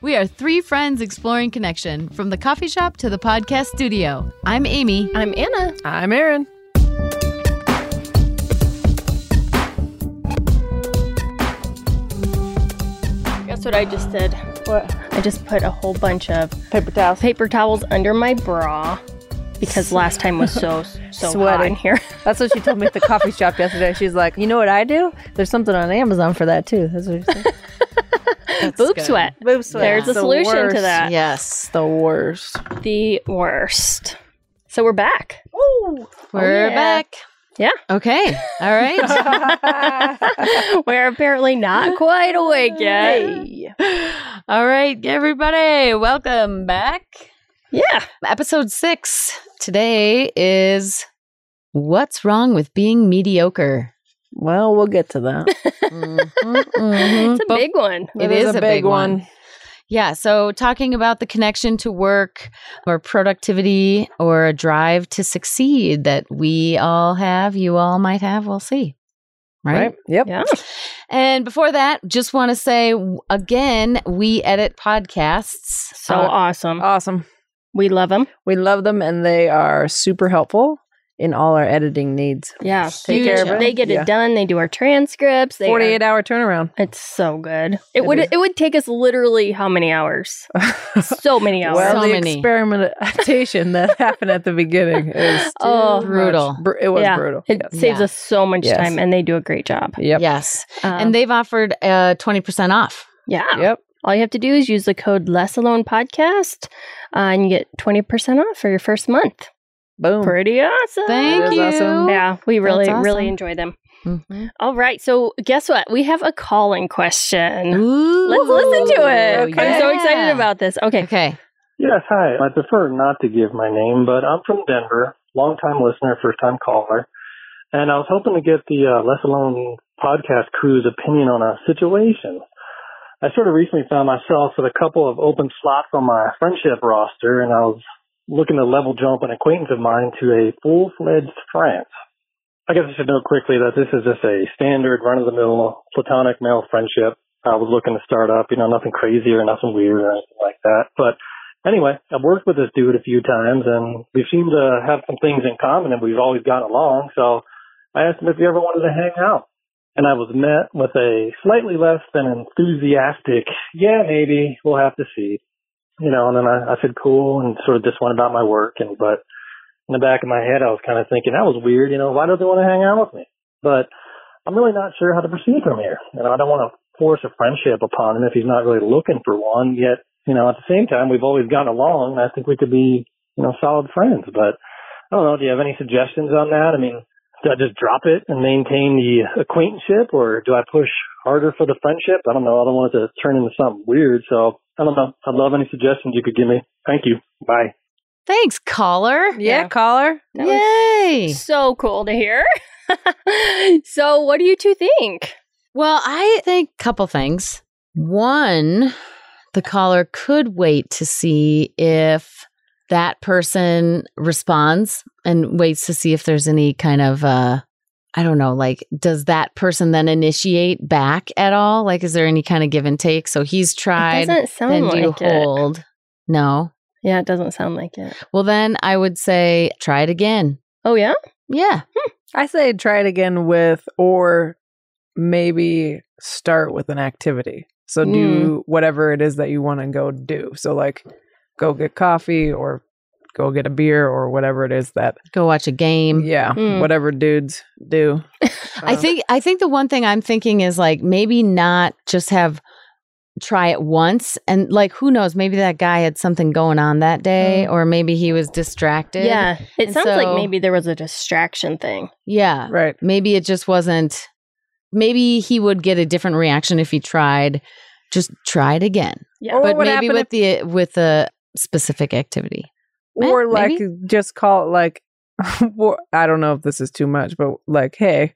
We are three friends exploring connection from the coffee shop to the podcast studio. I'm Amy. I'm Anna. I'm Aaron. Guess what I just did? What? I just put a whole bunch of Paper towels. paper towels under my bra because last time was so so hot Sweaty. in here. That's what she told me at the coffee shop yesterday. She's like, you know what I do? There's something on Amazon for that too. That's what she said. Boob good. sweat. Boob sweat. There's a The solution to worst. that. Yes. The worst. The worst. So we're back. We're Oh, yeah. back. Yeah. Okay. All right. we're apparently not quite awake yet. All right, everybody. Welcome back. Yeah. Episode six today is What's Wrong with Being Mediocre? Well, we'll get to that. Mhm, It's mhm. a But- big one. It is a big one. Yeah. So, talking about the connection to work or productivity or a drive to succeed that we all have, you all might have, we'll see. Right? Right. Yep. Yeah. And before that, just want to say w- again, we edit podcasts. So Uh, awesome. Awesome. we love them. We love them and they are super helpful in all our editing needs. Yeah. Take care of Huge. it. They get it Yeah. done. They do our transcripts. They are- 48 hour turnaround. It's so good. It, It would is. it would take us literally how many hours? So many hours. well, So the many. experimentation that happened at the beginning is too Oh. much. Brutal. Br- it was Yeah. brutal. it Yes. saves Yeah. us so much Yes. time, and they do a great job. Yep. Yes. Um, and they've offered uh, 20% off. yeah, Yep. all you have to do is use the code Less Alone Podcast, uh, and you get twenty percent off for your first month. Boom. Pretty awesome. Thank is you. awesome. Yeah, we really That's awesome. really enjoy them. Mhm. All right, so guess what? We have a call-in question. Ooh. Let's listen to it. Okay. I'm so excited Yeah. about this. Okay, Okay. Yes, hi. I prefer not to give my name, but I'm from Denver, longtime listener, first time caller. And I was hoping to get the uh, Less Alone podcast crew's opinion on a situation. I sort of recently found myself with a couple of open slots on my friendship roster, and I was looking to level jump an acquaintance of mine to a full fledged friend. I guess I should note quickly that this is just a standard run of the mill platonic male friendship. I was looking to start up, you know, nothing crazy or nothing weird or anything like that. But anyway, I've worked with this dude a few times and we seem to have some things in common and we've always gotten along. So I asked him if he ever wanted to hang out. And I was met with a slightly less than enthusiastic, yeah, maybe we'll have to see. You know, and then I, I said cool and sort of just went about my work. And, but in the back of my head, I was kind of thinking that was weird. You know, why does he want to hang out with me? But I'm really not sure how to proceed from here. And I don't want to force a friendship upon him if he's not really looking for one. Yet, you know, at the same time, we've always gotten along. And I think we could be, you know, solid friends. But I don't know. Do you have any suggestions on that? I mean, do I just drop it and maintain the acquaintanceship or do I push harder for the friendship? I don't know. I don't want it to turn into something weird. So I don't know. I'd love any suggestions you could give me. Thank you. Bye. Thanks, caller. Yeah, Yeah. caller. that Yay. was so cool to hear. so, what do you two think? Well, I think a couple things. One, the caller could wait to see if that person responds and waits to see if there's any kind of uh I don't know, like does that person then initiate back at all? Like is there any kind of give and take? So he's It tried doesn't sound then you like it. hold. No. Yeah, it doesn't sound like it. Well then I would say try it again. Oh yeah. Yeah. I say try it again with, or maybe start with an activity. So do Hmm. whatever it is that you want to go do. So, like, go get coffee or go get a beer or whatever it is that, Go watch a game. yeah, Mm. whatever dudes do. I Um, Uh, think I think the one thing I'm thinking is like maybe not just have try it once and like who knows maybe that guy had something going on that day or maybe he was distracted. Mm. Yeah. It And sounds like so- maybe there was a distraction thing. Yeah. Right. Maybe it just wasn't maybe he would get a different reaction if he tried just try it again. Yeah. Or but what maybe happened with the with a specific activity. Eh, Or, like, maybe. just call it, like, or- I don't know if this is too much, but like, hey,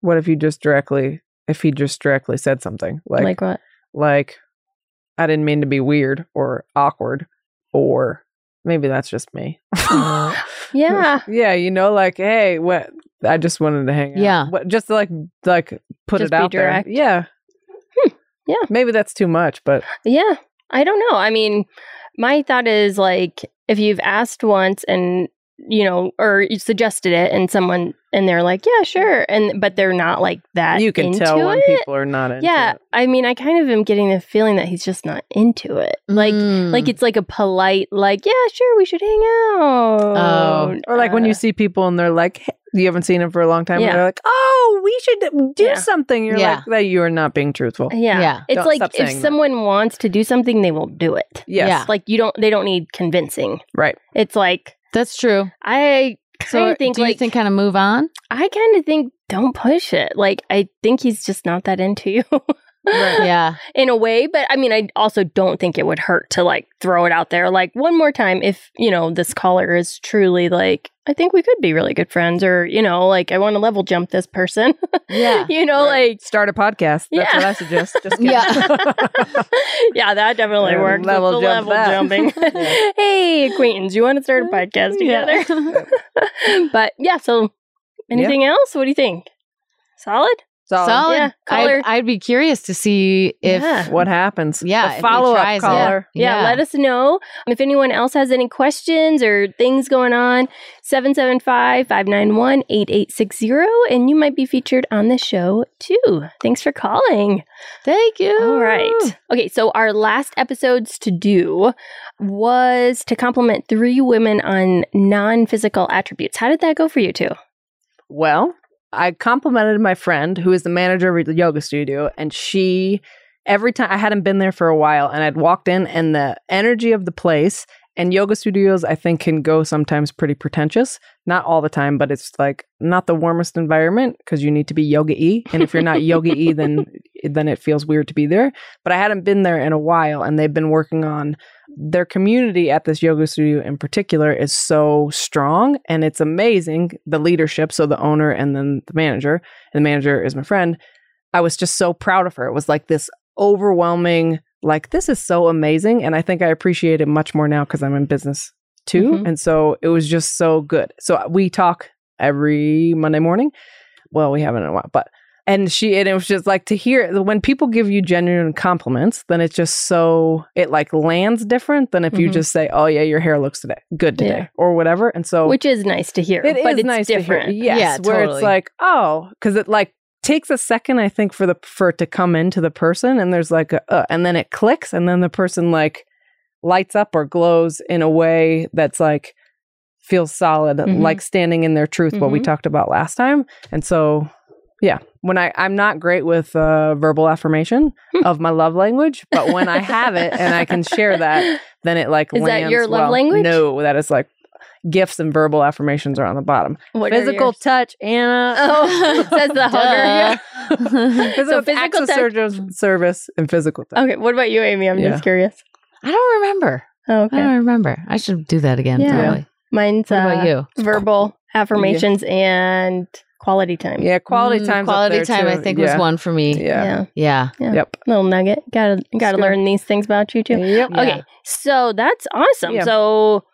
what if you just directly, if he just directly said something? Like, what? like I didn't mean to be weird or awkward or maybe that's just me. Yeah. yeah, you know, like hey, what I just wanted to hang out. Yeah. What, just like like put Just it be out direct. Hmm. there. Yeah. Yeah. Maybe that's too much, but Yeah. I don't know. I mean, my thought is like if you've asked once and you know, or you suggested it, and someone and they're like, "Yeah, sure," and but they're not like that. you can into tell when it. people are not into Yeah, it. I mean, I kind of am getting the feeling that he's just not into it. Like, Hmm. Mm. like it's like a polite, like, "Yeah, sure, we should hang out." Oh. Or like when Uh, you see people and they're like, hey, you haven't seen him for a long time, Yeah. and they're like, oh, we should do Yeah. something. You're Yeah. Uh, like, that you are not being truthful. Yeah. Yeah. It's Don't like stop if saying that. someone wants to do something, they will do it. Yes. Yeah. Like you don't they don't need convincing. Right. It's like that's true. I kind So, of think do you like think kind of move on? I kind of think don't push it. Like I think he's just not that into you. yeah, In a way, but I mean I also don't think it would hurt to like throw it out there like one more time if, you know, this caller is truly like I think we could be really good friends or, you know, like I want to level jump this person. yeah. you know, Right. like Start a podcast. That's Yeah. what I suggest. Just kidding. Yeah. yeah, that definitely Yeah, works. Level, level the jump level that. jumping. Yeah. Mm, hey, acquaintance, you want to start a podcast together? but yeah, so anything else? What do you think? Solid? Solid. Solid. Yeah, I'd, caller. I'd be curious to see if Yeah. What happens? Yeah, if he follow tries up it. caller. Yeah, Yeah. let us know if anyone else has any questions or things going on. 775 591 8860, and you might be featured on the show too. Thanks for calling. Thank you. All right. Okay, so our last episode's to do was to compliment three women on non physical attributes. How did that go for you two? Well, I complimented my friend who is the manager of a yoga studio, and she every time I hadn't been there for a while, and I'd walked in, and the energy of the place and yoga studios, I think, can go sometimes pretty pretentious. Not all the time, but it's like not the warmest environment because you need to be yoga y, and if you're not yoga y, then then it feels weird to be there. But I hadn't been there in a while, and they've been working on their community at this yoga studio in particular is so strong and it's amazing the leadership so the owner and then the manager and the manager is my friend i was just so proud of her it was like this overwhelming like this is so amazing and i think i appreciate it much more now because i'm in business too Mhm. and so it was just so good so uh, we talk every monday morning well we haven't in a while but and she and it was just like to hear when people give you genuine compliments then it's just so it like lands different than if you Mhm. just say oh yeah your hair looks today good today Yeah. or whatever and so Which is nice to hear, Oh. it is but it's nice different. to hear yes Yeah, where totally. it's like oh because it like takes a second i think for the for it to come into the person and there's like a uh, and then it clicks and then the person like lights up or glows in a way that's like feels solid Mhm. like standing in their truth what we Mhm. talked about last time and so yeah when i i'm not great with uh, verbal affirmation of my love language but when i have it and i can share that then it like Is that lands your love well. language? no that is like gifts and verbal affirmations are on the bottom What are physical yours? touch Anna Oh, says the hugger. Yeah. Duh. Physical, physical access touch- service, service and physical touch. Okay, what about you, Amy? I'm Yeah. just curious. I don't remember. Oh, I okay. don't remember. I should do that again. Yeah. Probably. Mine's What about uh, you? verbal affirmations and quality time. Yeah, quality Mm, time. Quality time. I think was one for me. Yeah. Yeah. Yeah. Yeah. Yep. Little nugget. Gotta gotta good. learn these things about you too. Yep. Yeah. Okay. So that's awesome. Yeah. So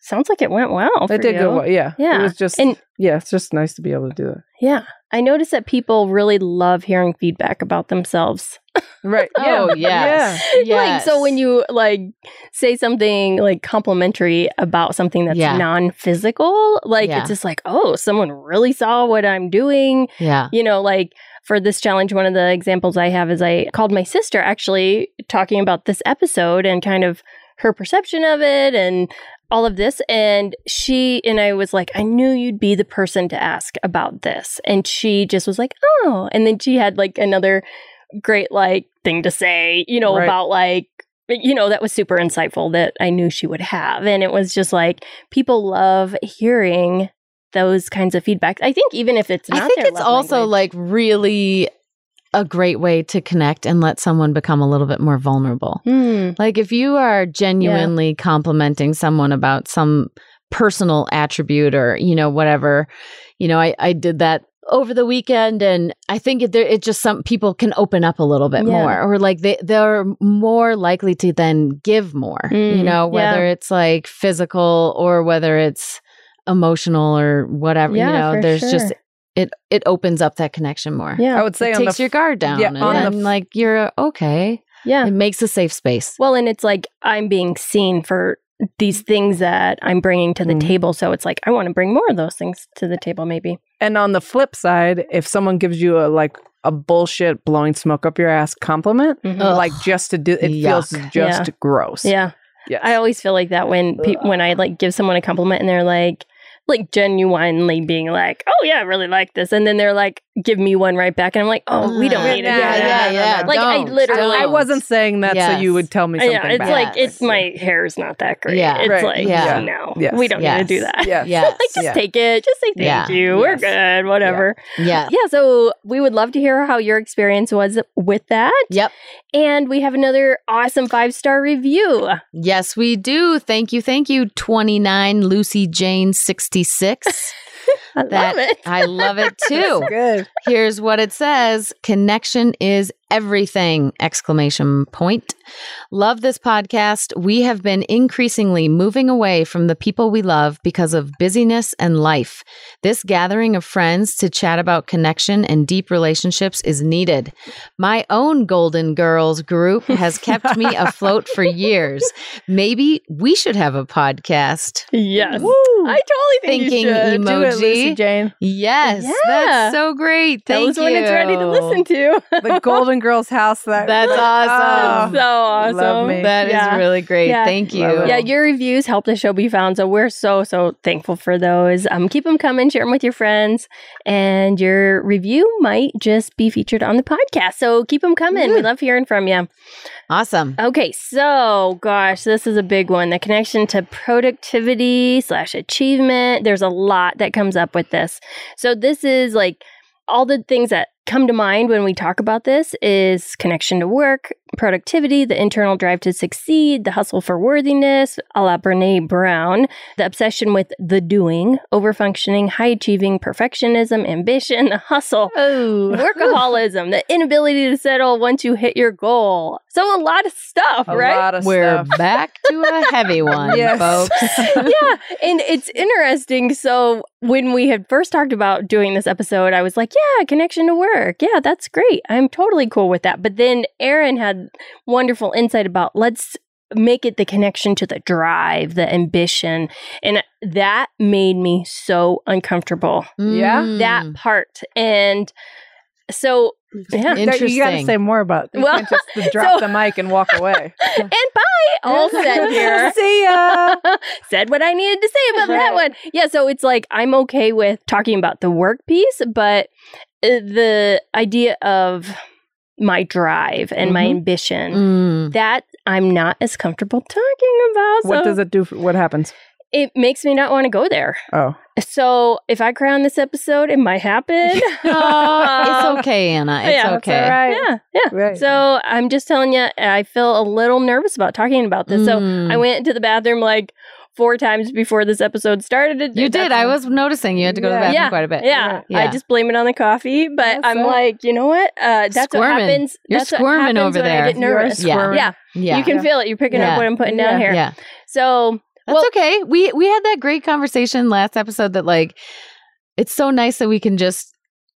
sounds like it went well. for It did you. go well. Yeah. Yeah. It was just And- yeah, it's just nice to be able to do that. Yeah. I noticed that people really love hearing feedback about themselves. Right. Oh, yes. like so when Yes. you like say something like complimentary about something that's Yeah. non-physical, like Yeah. it's just like, oh, someone really saw what I'm doing. Yeah. you know, like for this challenge, one of the examples I have is I called my sister actually talking about this episode and kind of her perception of it and all of this. And she and I was like, I knew you'd be the person to ask about this. And she just was like, oh. And then she had like another great like thing to say, you know, Right. about like, you know, that was super insightful that I knew she would have. And it was just like, people love hearing those kinds of feedback. I think even if it's not I think their it's love also language. like really a great way to connect and let someone become a little bit more vulnerable. Hmm. Like if you are genuinely complimenting someone about some personal attribute or you know whatever, you know I I did that over the weekend and I think it there it just some people can open up a little bit Yeah. more or like they they're more likely to then give more. Mm, you know whether it's like physical or whether it's emotional or whatever. you Yeah, know for there's just sure. it it opens up that connection more. Yeah. I would say It on takes the your guard down yeah, and on the then, f- like you're uh, okay. Yeah. It makes a safe space. Well, and it's like I'm being seen for these things that I'm bringing to the Mm-hmm. Mhm. table. So it's like I want to bring more of those things to the table, maybe. And on the flip side, if someone gives you a like a bullshit blowing smoke up your ass compliment, Mhm. Ugh. like just to do it feels Yuck. just gross. Yeah. Yes. I always feel like that when pe- when I like give someone a compliment and they're like like genuinely being like, "Oh yeah, I really like this." And then they're like give me one right back and I'm like, "Oh, we don't Uh, need it." Yeah, Yeah, yeah, yeah. Like, I Don't, literally- I don't. wasn't saying that so Yes. you would tell me something. Uh, Yeah, it's bad. like it's Oh, Yeah. my hair's not that great. Yeah. It's Right. like Yeah. no, Yes. we don't need to do Yes. that. Yeah. Yes. Like just Yeah. take it. Just say thank Yeah. you. We're Yes. good. Whatever. yeah. Yeah. So we would love to hear how your experience was with that. Yep. And we have another awesome five star review. Yes, we do. Thank you. Thank you. 29 Lucy Jane 66. I That- love it. I love it too. Good. Here's what it says. Connection is everything exclamation point. Love this podcast. We have been increasingly moving away from the people we love because of busyness and life. This gathering of friends to chat about connection and deep relationships is needed. My own Golden Girls group has kept me afloat for years. Maybe we should have a podcast. Yes. Woo. I totally think you Thinking should. emo- Do it, Lucy Emoji. Jane. Yes, Yeah. that's so great. That Thank was when it's ready to you. listen to. The Golden Girls house. That Oh. That's That's awesome. so awesome. Love me. That is Yeah. really great. Yeah. Thank you. Love it. Yeah, your reviews help the show be found, so we're so so thankful for those. Um, keep them coming, share them with your friends, and your review might just be featured on the podcast. So keep them coming. We love hearing from you. Awesome. Okay, so gosh, this is a big one. The connection to productivity slash achievement. There's a lot that comes up with this. So this is like all the things that come to mind when we talk about this is connection to work, productivity, the internal drive to succeed, the hustle for worthiness, a la Brene Brown, the obsession with the doing, overfunctioning, high achieving, perfectionism, ambition, the hustle, workaholism, the inability to settle once you hit your goal. So a lot of stuff, a right? lot of We're stuff. back to a heavy one, Yes. folks. yeah, and it's interesting. So when we had first talked about doing this episode, I was like, "Yeah, connection to work. Yeah, that's great. I'm totally cool with that." But then Aaron had wonderful insight about let's make it the connection to the drive, the ambition, and that made me so uncomfortable. Yeah. Mm. That part, and so In- yeah, There- You gotta Interesting. say more about. You Well, can't just drop so- the mic and walk away. and bye, all said here. See ya. said what I needed to say about that one. Yeah, so it's like I'm okay with talking about the work piece, but uh, the idea of my drive and my Mhm. ambition Mm. that I'm not as comfortable talking about. What so does it do? For, what happens? it makes me not want to go there. Oh, So if I cry on this episode, it might happen. Oh, it's okay, Anna. It's Yeah, okay. all right. Yeah, yeah. Right. So I'm just telling you, I feel a little nervous about talking about this. So Mm. I went into the bathroom like four times before this episode started. It- you did. that's- I was noticing you had to go to the Yeah. bathroom Yeah. quite a bit. Yeah, Yeah. I just blame it on the coffee, but That's I'm it. like, you know what? Uh, that's what Squirming. happens. You're that's what squirming happens over when I there. get You are nervous. squirming. Yeah, Yeah. you can feel it. You're picking Yeah. up what I'm putting down Yeah. here. yeah. So That's Well- okay. We we had that great conversation last episode that like it's so nice that we can just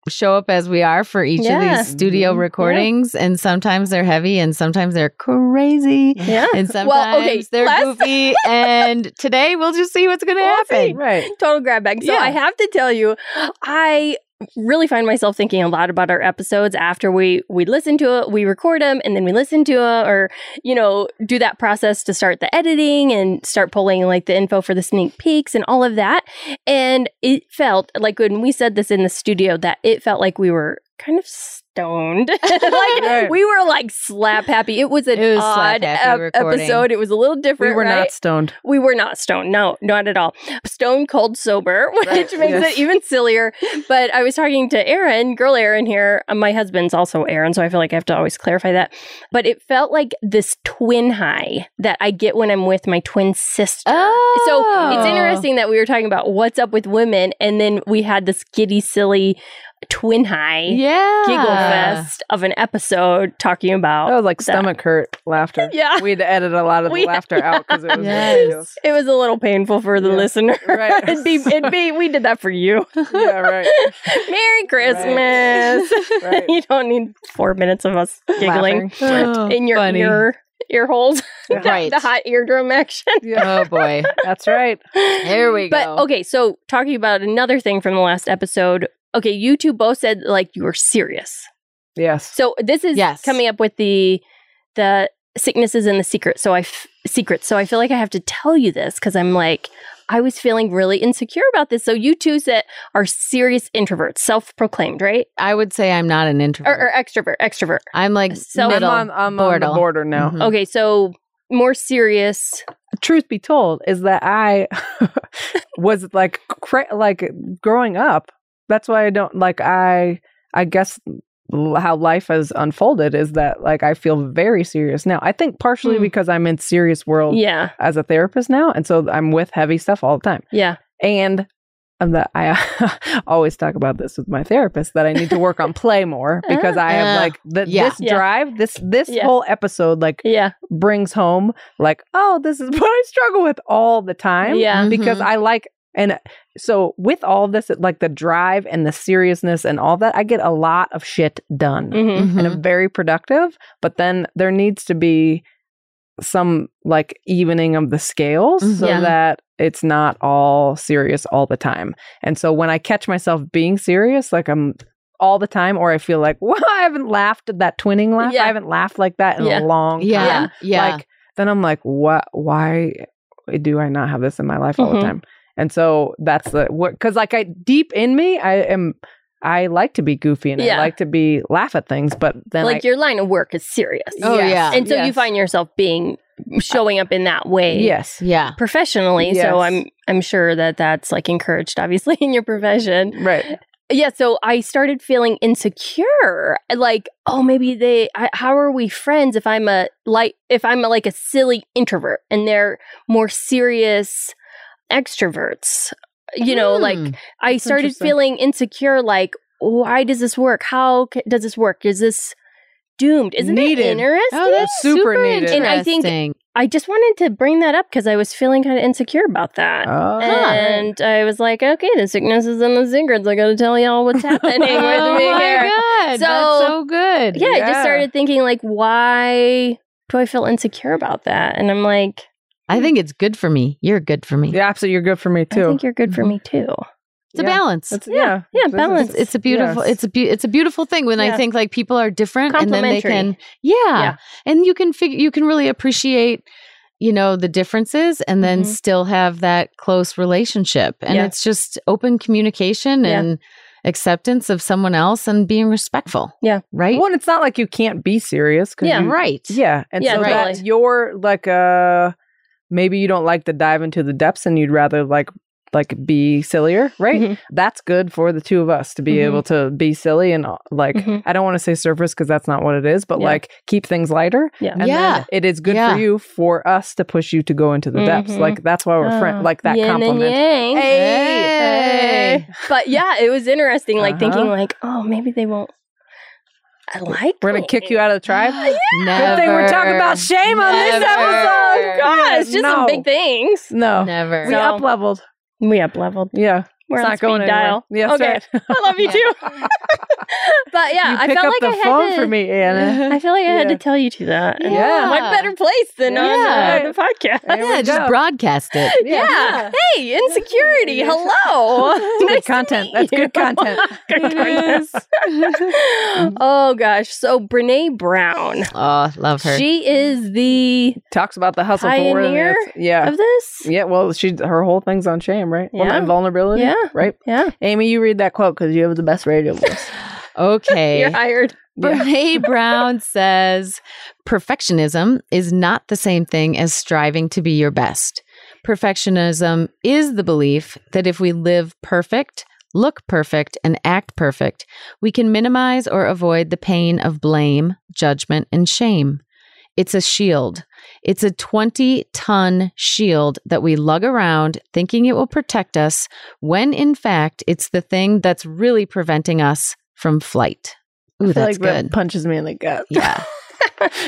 show up as we are for each of Yeah. these studio Mhm. Yeah. recordings and sometimes they're heavy and sometimes they're crazy yeah, and sometimes Well, okay, they're last- goofy and today we'll just see what's going to We'll happen. see. Right. total grab bag. So Yeah. I have to tell you, I really find myself thinking a lot about our episodes after we we listen to it, we record them, and then we listen to it, or you know, do that process to start the editing and start pulling like the info for the sneak peeks and all of that. And it felt like when we said this in the studio that it felt like we were kind of stoned. like Right. we were like slap happy. It was an It was odd slap-happy ep- recording. episode. It was a little different. We were right? not stoned. we were not stoned. No, not at all. Stone cold sober, which Right, makes yes. it even sillier. But I was talking to Aaron, girl Aaron here. Uh, My husband's also Aaron, so I feel like I have to always clarify that. But it felt like this twin high that I get when I'm with my twin sister. Oh. So it's interesting that we were talking about what's up with women, and then we had this giddy, silly twin high Yeah. giggle fest of an episode talking about Oh, That was like that. stomach hurt laughter. Yeah. We had to edit a lot of the We- laughter out because it was Yes. ridiculous. It was a little painful for the Yeah. listener. Right. it'd be it'd be we did that for you. Yeah, right. Merry Christmas. Right. you don't need four minutes of us giggling Oh, in your funny. ear ear holes. Yeah. Right. the hot eardrum action. Yeah, Oh boy. that's right. There we but, go. okay, so talking about another thing from the last episode. Okay, you two both said like you were serious. Yes. So this is Yes. coming up with the the sicknesses and the secret. So I f- secret. So I feel like I have to tell you this because I'm like I was feeling really insecure about this. So you two that are serious introverts, self proclaimed, right? I would say I'm not an Or, introvert. or extrovert, extrovert. I'm like So- middle. I'm on, I'm on the Bortle. border now. Mhm. Okay, so more serious. Mm-hmm. Truth be told, is that I was like, cra- like growing up. That's why I don't like. I I guess l- how life has unfolded is that like I feel very serious now. I think partially Hmm. because I'm in serious Oh. world Yeah, as a therapist now, and so I'm with heavy stuff all the time. yeah. and um, that I always talk about this with my therapist that I need to work on play more because I have Ah. like the, Yeah. this Uh, Yeah. drive this this Yeah. whole episode like Yeah. brings home like oh this is what I struggle with all the time Yeah. Mm-hmm. because I like and uh, so with all this it- like the drive and the seriousness and all that I get a lot of shit done hmm Mhm. and I'm very productive but then there needs to be some like evening of the scales so Mm-hmm. Yeah. that it's not all serious all the time. And so when I catch myself being serious, like I'm all the time, or I feel like, well, I haven't laughed at that twinning laugh. Yeah. I haven't laughed like that in Yeah. a long time. yeah. Yeah. Yeah. Like then I'm like, what? Why do I not have this in my life all Mhm. the time? And so that's the because like I deep in me, I am. I like to be goofy and Yeah. I like to be laugh at things, but then Like like your line of work is serious. Oh, yeah. And so you yes. find yourself being showing up in that way. yes, yeah. professionally Yes. so i'm i'm sure that that's like encouraged obviously in your profession right. yeah so i started feeling insecure like oh maybe they I, how are we friends if i'm a like if i'm like a silly introvert and they're more serious extroverts you know like Mm. i started Hmm, interesting. feeling insecure like why does this work how c- does this work is this doomed isn't Needed. it interesting Oh, that's super super, needed. interesting. And I think- i just wanted to bring that up because i was feeling kind of insecure about that Oh, and I was like, okay, the sickness is in the secrets. I gotta tell y'all what's happening with me oh my here. god, So- that's so good. Yeah, I just Yeah. started thinking, like, why do I feel insecure about that? And I'm like, I think it's good for me. You're good for me. yeah, absolutely. You're good for me I too. Mm-hmm. think you're good for Mhm. me too. It's a Yeah. balance. That's- Yeah, yeah, This is- balance. it's a beautiful yes. it's a be- it's a beautiful thing when Yeah. I think like people are different and then they can Complementary. yeah, Yeah. and you can figure you can really appreciate you know the differences and then Mhm. Mm-hmm. still have that close relationship and Yeah. it's just open communication Yeah. and acceptance of someone else and being respectful Yeah. right Well, and it's not like you can't be serious. 'cause Yeah. you- right Mm. yeah. And Yeah, so totally. that you're like, uh, maybe you don't like to dive into the depths and you'd rather like, like be sillier, right? Mhm. That's good for the two of us to be Mhm. able to be silly and uh, like, Mhm. I don't want to say surface because that's not what it is, but Yeah. like keep things lighter. Yeah. And Yeah. then it is good Yeah. for you for us to push you to go into the depths. Mhm. Like, that's why we're friends. Oh, Like that yin and compliment. yang. Hey. Hey. But yeah, it was interesting, like Uh-huh. thinking, like, oh, maybe they won't. I like. We're going to kick you out of the tribe. never Good thing we're talking about shame on this Never. episode. God, Yeah, Ah, it's just some no. big things. No. never We So- up leveled. We up leveled. Yeah. We're it's on not speed going dial. anywhere. Yes, Okay. right. I love you too. but yeah, you I pick felt up like the I had phone to. for me, Anna. I feel like I had to Yeah. tell you to that. And Yeah. What better place than Yeah. on uh, the podcast? There yeah we just go. broadcast it Yeah. Hey, insecurity. Hello. Good Nice to content. meet That's you. good content. Good content. Mhm. oh gosh. So Brene Brown. oh love her She is the Talks about the hustle forward. and the Pioneer ups- yeah. of this. Yeah. Well, she her whole thing's on shame, right? Well, Yeah. not vulnerability. Yeah. Right. Yeah. Amy, you read that quote because you have the best radio voice. okay You're hired. Yeah. Brene Brown says perfectionism is not the same thing as striving to be your best. Perfectionism is the belief that if we live perfect, look perfect, and act perfect, we can minimize or avoid the pain of blame, judgment, and shame. It's a shield. It's a 20 ton shield that we lug around thinking it will protect us when in fact it's the thing that's really preventing us from flight. Ooh, I feel that's like that good. punches me in the gut. yeah.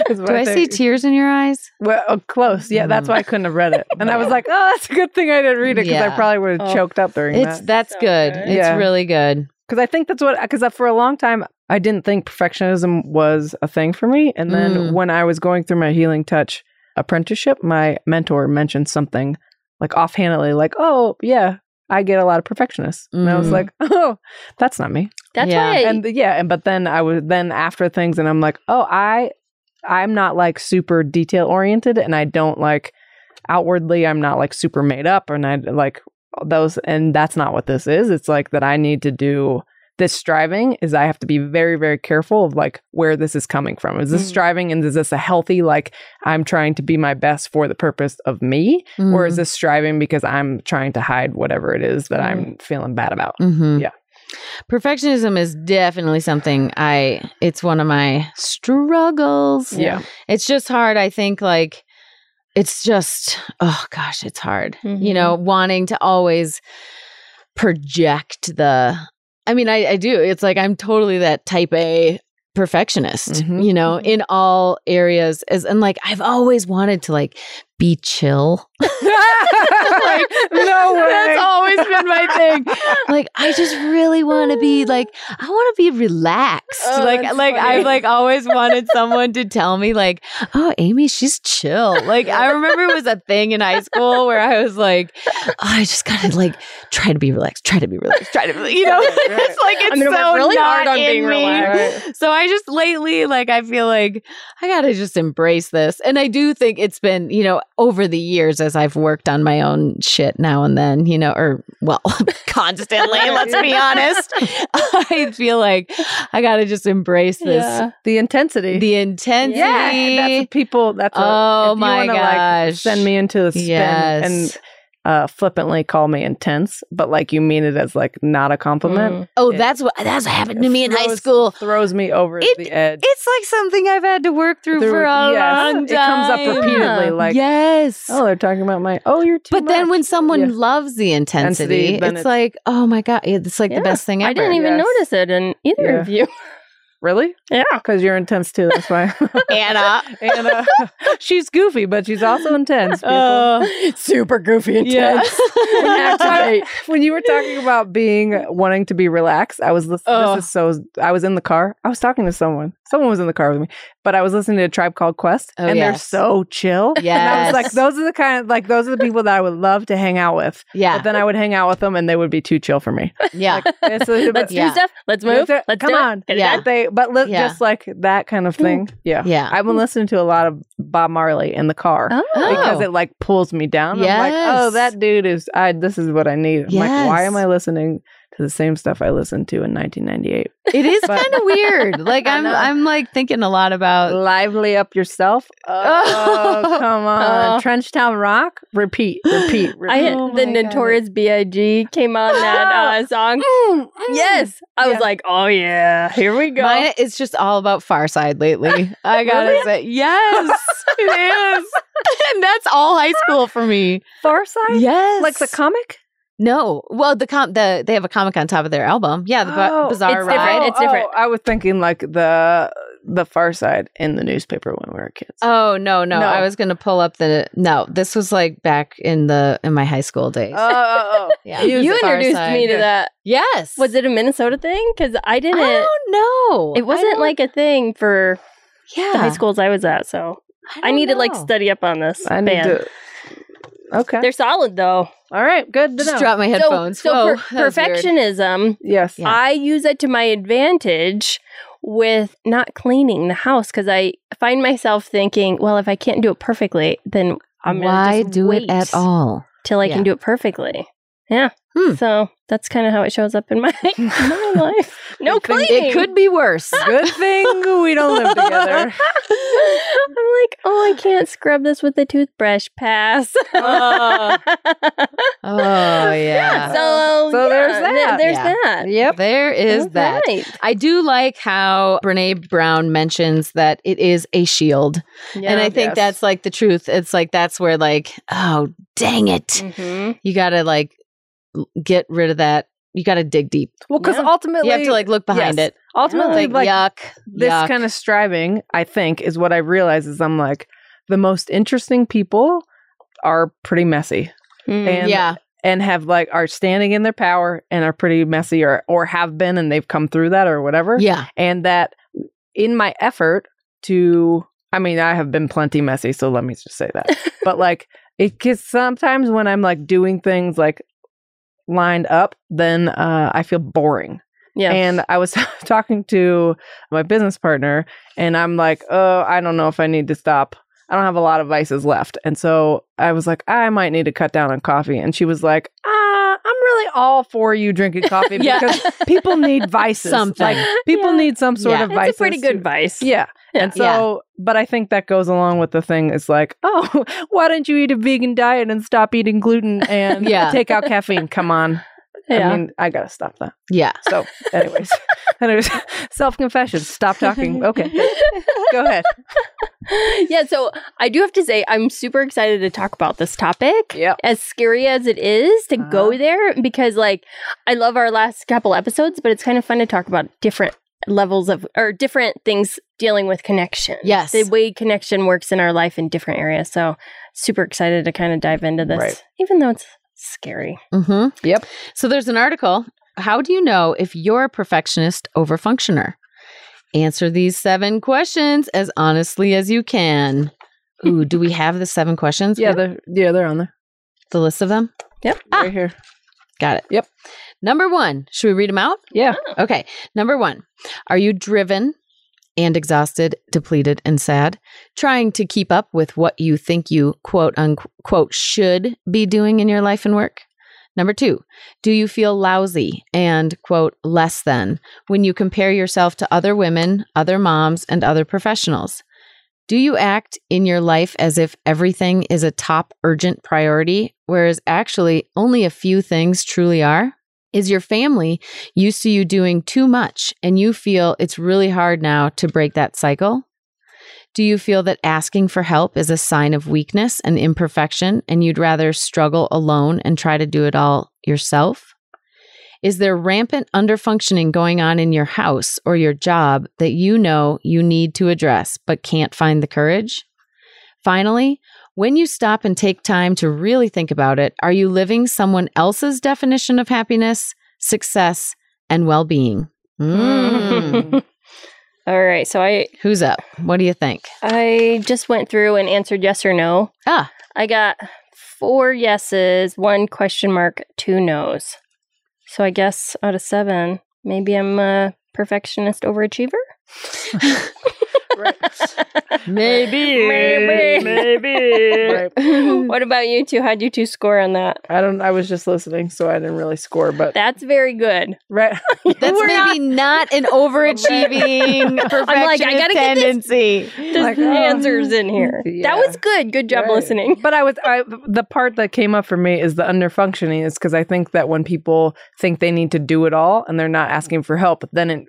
Is what Do I Mm-hmm. see think. tears in your eyes? Well, oh, close. Yeah, that's why I couldn't have read it. And I was like, oh, that's a good thing I didn't read it because I Yeah. probably would have Oh. choked up during It's that. that's So good. good. It's Yeah. really good. Because I think that's what, because for a long time, I didn't think perfectionism was a thing for me. And then Mm. when I was going through my healing touch apprenticeship, my mentor mentioned something like offhandedly, like, oh, yeah, I get a lot of perfectionists. And I was Mhm. like, oh, that's not me. That's Yeah. why I, and yeah and but then i was then after things and i'm like oh i i'm not like super detail oriented and i don't like outwardly i'm not like super made up and i like those and that's not what this is it's like that i need to do this striving is i have to be very very careful of like where this is coming from is this Mhm. striving and is this a healthy like i'm trying to be my best for the purpose of me Mm-hmm. or is this striving because i'm trying to hide whatever it is that i'm feeling bad about Mm-hmm. Yeah. Perfectionism is definitely something I, it's one of my struggles. yeah It's just hard. I think, like, it's just, oh gosh, it's hard. You Mhm. know, wanting to always project the, I mean, I, I do. It's like I'm totally that type A perfectionist, Mhm. you know, Mhm. in all areas. As, and like, I've always wanted to, like, be chill. like, no way. That's always been my thing. Like I just really want to be like I want to be relaxed. Oh, like that's like funny. I've like always wanted someone to tell me like, "Oh, Amy, she's chill." Like I remember it was a thing in high school where I was like, oh, "I just got to like try to be relaxed, try to be relaxed, try to be, you know." Right, right. It's like it's I'm gonna work so really hard not on in being me. relaxed. So I just lately, like, I feel like I got to just embrace this. And I do think it's been, you know, over the years as I've worked on my own shit now and then, you know, or well, constantly, let's be honest. I feel like I got to just embrace this. Yeah. The intensity. The intensity. yeah, that's what people. That's what- Oh if you my wanna, Like, gosh. send me into the spin Yes. and uh, flippantly call me intense, but like you mean it as like not a compliment. Mm. oh, it- that's what that's what happened to It me in high throws- school. Throws me over It- the edge. It's like something I've had to work through, Through- for a yes, long time. It comes up repeatedly. Like yes. oh, they're talking about my oh, you're too. But then much." when someone Yeah. loves the intensity, Intensity, then it's, it's- like, oh my God, it's like Yeah. the best thing ever. I didn't even Yes. notice it in either Yeah. of you. really Yeah. because you're intense too. That's why Anna. Anna. uh, she's goofy, but she's also intense. People. Uh, super goofy Yeah. Activate. when you were talking about being wanting to be relaxed, I was listening. Oh. This is so. I was in the car. I was talking to someone. Someone was in the car with me, but I was listening to a Tribe Called Quest, Oh, and they're yes. so chill. And I Yes. was like, those are the kind of like those are the people that I would love to hang out with. yeah. But then I would hang out with them, and they would be too chill for me. Yeah. It's a- Let's Yeah. do stuff. Let's move. That's it. Let's Come do it. on. Get it Yeah. but they, but li- Yeah. just like that kind of thing. Yeah. Yeah. I've been listening to a lot of Bob Marley in the car done. because Oh. it like pulls me down. I'm like, oh, Yes. that dude is. I this is what I need. I'm like, why Yes. am I listening to the same stuff I listened to in 1998? It is But- kind of weird. Like I I'm know. I'm like thinking a lot about Uh, Lively up yourself. Oh, Oh. come on, Oh. Trench Town Rock. Repeat, repeat, repeat. I had, Oh the my God. Notorious B.I.G. came on that uh, song. Mm, Yes, I Yeah. was like, oh Uh, yeah, here we go. mine it's just all about Far Side lately. I gotta say. Yes. it is. and that's all high school for me. Far Side. Yes. Like the comic? No. Well the com the they have a comic on top of their album. Yeah, the Oh, bu- bizarre it's ride. different. It's different. I was thinking like the the Far Side in the newspaper when we were kids. Oh no, no, No. I was gonna pull up the no. This was like back in the in my high school days. oh, oh. yeah. He was you the far introduced side. me to Yeah. that. yes. Was it a Minnesota thing? Because I I didn't. don't know. Oh, it I wasn't don't- like a thing for yeah. the high schools I was at. So I, don't need to like know. study up on this I need band. to. Okay. They're solid though. All right. Good to know. Just drop my headphones. So, so Whoa, per- that was weird. perfectionism. yes. Yeah. I use it to my advantage with not cleaning the house because I find myself thinking, well, if I can't do it perfectly, then I'm Why gonna just do wait it at all? till I Yeah. can do it perfectly. Yeah, Hmm. So that's kind of how it shows up in my, my life. No It could- cleaning. It could be worse. Good thing we don't live together. I'm like, oh, I can't scrub this with a toothbrush. Pass. Uh, Oh. oh yeah. So, So yeah, there's there- that. there's Yeah. that. Yep. There is All that. right. I do like how Brene Brown mentions that it is a shield. Yeah. and I think yes. that's like the truth. It's like that's where like, oh dang it. Mm-hmm. Mhm. You gotta like l- get rid of that. You gotta dig deep. Well, because Yeah. ultimately, you have to like look behind yes. it. ultimately, Like, like yuck. this yuck. kind of striving, I think, is what I realize is I'm like the most interesting people are pretty messy Mm. And- yeah. and have like are standing in their power and are pretty messy or or have been and they've come through that or whatever. Yeah. And that in my effort to I mean, I have been plenty messy, so let me just say that. but like it gets sometimes when I'm like doing things like lined up, then uh I feel boring. yeah. And I was talking to my business partner, and I'm like, oh, I don't know if I need to stop. I don't have a lot of vices left. And so I was like, I might need to cut down on coffee. And she was like, ah, I'm really all for you drinking coffee Yeah. because people need vices. Something. Like, people Yeah. need some sort Yeah. of vice. It's a pretty good vice. Yeah. And so, Yeah. but I think that goes along with the thing is like, oh, why don't you eat a vegan diet and stop eating gluten and Yeah. take out caffeine? Come on. I mean, I got to stop that. Yeah. So, anyways, anyways, self confession. Stop talking. Okay, go ahead. yeah, so I do have to say I'm super excited to talk about this topic. Yeah. As scary as it is to go Uh-huh. there because like I love our last couple episodes, but it's kind of fun to talk about different levels of or different things dealing with connection. Yes. The way connection works in our life in different areas. So super excited to kind of dive into this. Right. Even though it's scary. hmm Yep. So there's an article. How do you know if you're a perfectionist over functioner? Answer these seven questions as honestly as you can. Ooh, do we have the seven questions? Yeah, they're yeah they're on there. The list of them? Ah. Right here. Got it. Yep. Number one, should we read them out? Yeah. Okay. Number one, are you driven and exhausted, depleted, and sad, trying to keep up with what you think you quote unquote should be doing in your life and work? Number two, do you feel lousy and quote less than when you compare yourself to other women, other moms, and other professionals? Do you act in your life as if everything is a top urgent priority, whereas actually only a few things truly are? Is your family used to you doing too much and you feel it's really hard now to break that cycle? Do you feel that asking for help is a sign of weakness and imperfection and you'd rather struggle alone and try to do it all yourself? Is there rampant underfunctioning going on in your house or your job that you know you need to address but can't find the courage? Finally, when you stop and take time to really think about it, are you living someone else's definition of happiness, success, and well being? Mm. All right. So I Who's up? What do you think? I just went through and answered yes or no. Ah. I got four yeses, one question mark, two no's. So I guess out of seven, maybe I'm a perfectionist overachiever. Right. Maybe. Maybe. Maybe. Right. what about you two? How'd you two score on that? I don't. I was just listening, so I didn't really score. But That's very good. right. That's We're maybe not, an overachieving perfectionist I gotta get this- tendency. Just Like, the oh. answers in here. Yeah. That was good. Good job Right. listening. But I was I the part that came up for me is the underfunctioning is because I think that when people think they need to do it all and they're not asking for help, then it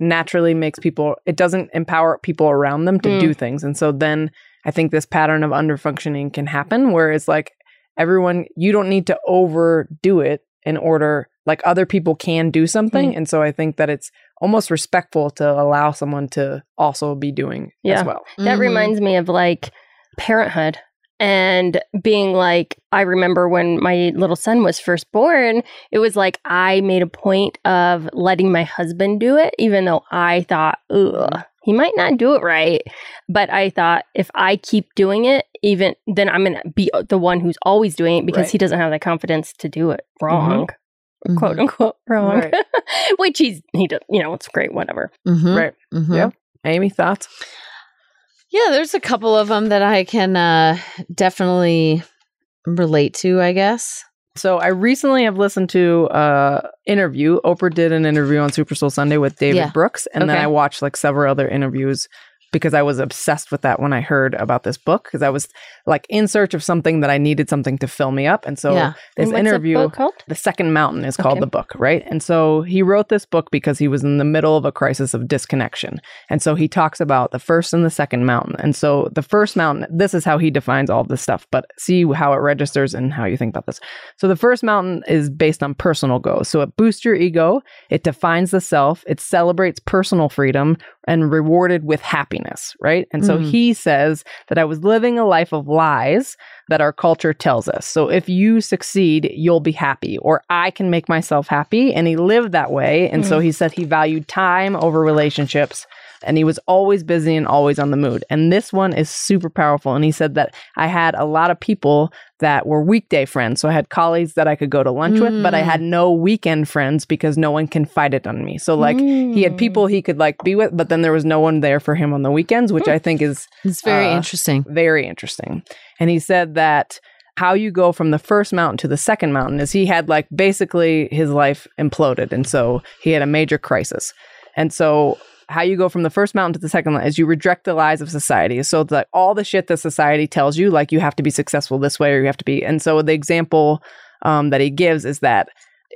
naturally makes people it doesn't empower people around them to Mm. do things. And so then I think this pattern of underfunctioning can happen where it's like everyone you don't need to overdo it in order like other people can do something. Mm. And so I think that it's almost respectful to allow someone to also be doing Yeah. as well. Mm-hmm. That reminds me of like parenthood and being like, I remember when my little son was first born, it was like I made a point of letting my husband do it, even though I thought, Mm-hmm. ugh, he might not do it right. But I thought if I keep doing it, even then I'm going to be uh, the one who's always doing it because Right. Mm-hmm. he doesn't have the confidence to do it wrong. Quote unquote wrong, Right. which he's he does, you know it's great whatever. Mhm. Right. Mhm. Yeah. Amy, thoughts? Yeah, there's a couple of them that I can uh, definitely relate to, I guess. So I recently have listened to uh interview. Oprah did an interview on Super Soul Sunday with David Yeah. Brooks, and then Okay. I watched like several other interviews because I was obsessed with that when I heard about this book because I was like in search of something that I needed something to fill me up, and so yeah. this And what's interview. The book called? The Second Mountain is called Okay. the book, right? And so he wrote this book because he was in the middle of a crisis of disconnection. And so he talks about the first and the second mountain. And so the first mountain, this is how he defines all of this stuff, but see how it registers and how you think about this. So the first mountain is based on personal goals. So it boosts your ego, it defines the self, it celebrates personal freedom and rewarded with happiness, right? And so Mhm. he says that I was living a life of lies that our culture tells us. So if you succeed, you'll be happy, or I can make myself happy. And he lived that way. And so he said he valued time over relationships. And he was always busy and always on the mood. And this one is super powerful. And he said that I had a lot of people that were weekday friends. So I had colleagues that I could go to lunch with, but I Mm. had no weekend friends because no one confided on me. So, like, he had Mm. people he could like be with, but then there was no one there for him on the weekends, which I think is It's very Uh, interesting. very interesting. And he said that how you go from the first mountain to the second mountain is he had like basically his life imploded. And so he had a major crisis. And so how you go from the first mountain to the second mountain is you reject the lies of society. So it's like all the shit that society tells you, like you have to be successful this way or you have to be. And so the example um, that he gives is that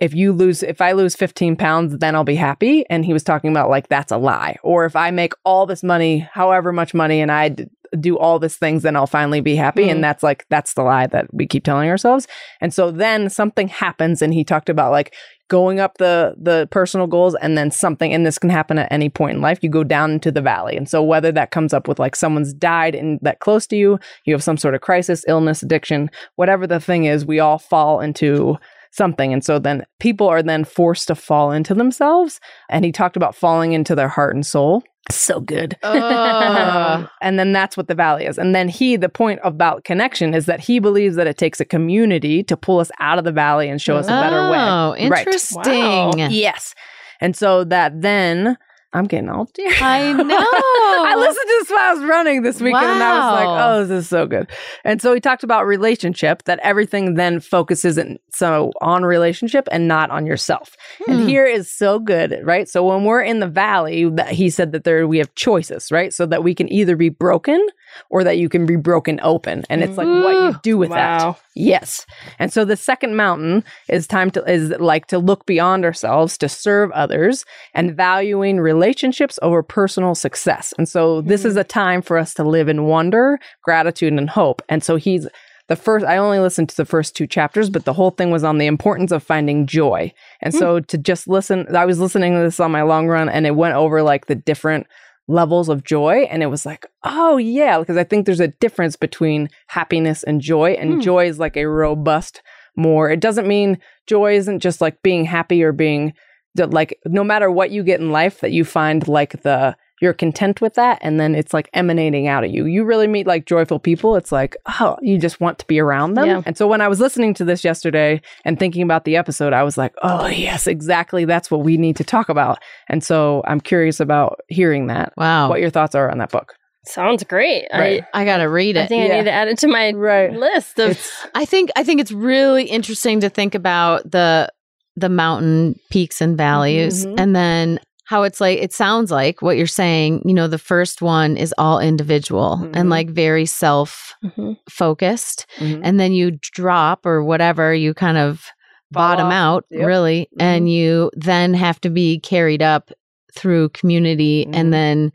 if you lose, if I lose 15 pounds, then I'll be happy. And he was talking about like, that's a lie. Or if I make all this money, however much money, and I d- do all these things, then I'll finally be happy. Mhm. And that's like, that's the lie that we keep telling ourselves. And so then something happens. And he talked about like, going up the the personal goals and then something and this can happen at any point in life you go down into the valley and so whether that comes up with like someone's died and that close to you you have some sort of crisis illness addiction whatever the thing is we all fall into something and so then people are then forced to fall into themselves and he talked about falling into their heart and soul so good Uh, um, and then oh, that's what the valley is. And then he, the point about connection is that he believes that it takes a community to pull us out of the valley and show us a better way. Oh, Right. E interesting. Wow. Yes. And so that then I'm getting all teary. I know. I listened to this while I was running this weekend and I was like, Oh. Wow. oh, this is so good. And so he talked about relationship, that everything then focuses in, so on relationship and not on yourself. Hmm. And here is so good, right? So when we're in the valley, that he said that there we have choices, right? So that we can either be broken or that you can be broken open. And it's like what you Ooh. do with that. wow. Yes. And so the second mountain is time to is like to look beyond ourselves to serve others and valuing relationships over personal success. And so this is a time for us to live in wonder, gratitude and hope. And so he's the first I only listened to the first two chapters, but the whole thing was on the importance of finding joy. And so to just listen, I was listening to this on my long run and it went over like the different levels of joy and it was like oh yeah because i think there's a difference between happiness and joy and Hmm. joy is like a robust more it doesn't mean joy isn't just like being happy or being that like no matter what you get in life that you find like the you're content with that and then it's like emanating out of you you really meet like joyful people it's like oh you just want to be around them Yeah. and so when i was listening to this yesterday and thinking about the episode i was like oh yes exactly that's what we need to talk about and so i'm curious about hearing that wow. what your thoughts are on that book. Sounds great. Right. I got to read I, I it. think I Yeah. need to add it to my Right. list of It's I think I think it's really interesting to think about the the mountain peaks and valleys Mhm. and then how it's like it sounds like what you're saying, you know, the first one is all individual Mhm. and like very self Mhm. focused mm-hmm. and then you drop or whatever, you kind of bottom off. out Yep. Mm-hmm. really and you then have to be carried up through community Mhm. and then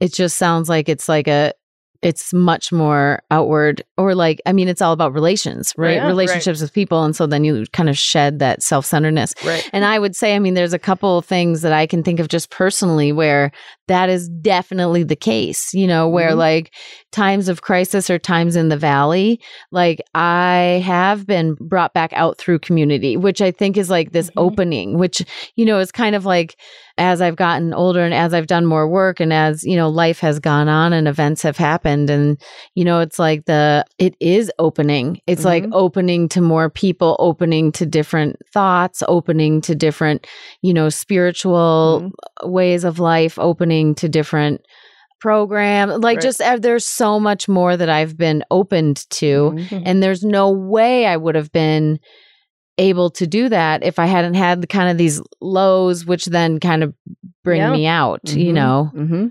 it just sounds like it's like a it's much more outward or like i mean it's all about relations right Oh, Yeah, right. relationships with people and so then you kind of shed that self-centeredness right. and i would say i mean there's a couple of things that i can think of just personally where that is definitely the case you know where Mhm. like times of crisis or times in the valley like i have been brought back out through community which i think is like this Mhm. opening which you know is kind of like as i've gotten older and as i've done more work and as you know life has gone on and events have happened and you know it's like the it is opening it's like Mhm. opening to more people opening to different thoughts opening to different you know spiritual ways of life opening to different program like Right. just uh, there's so much more that I've been opened to Mhm. and there's no way I would have been able to do that if I hadn't had the kind of these lows, which then kind of bring Yeah. me out, you Mhm. know. Mm-hmm.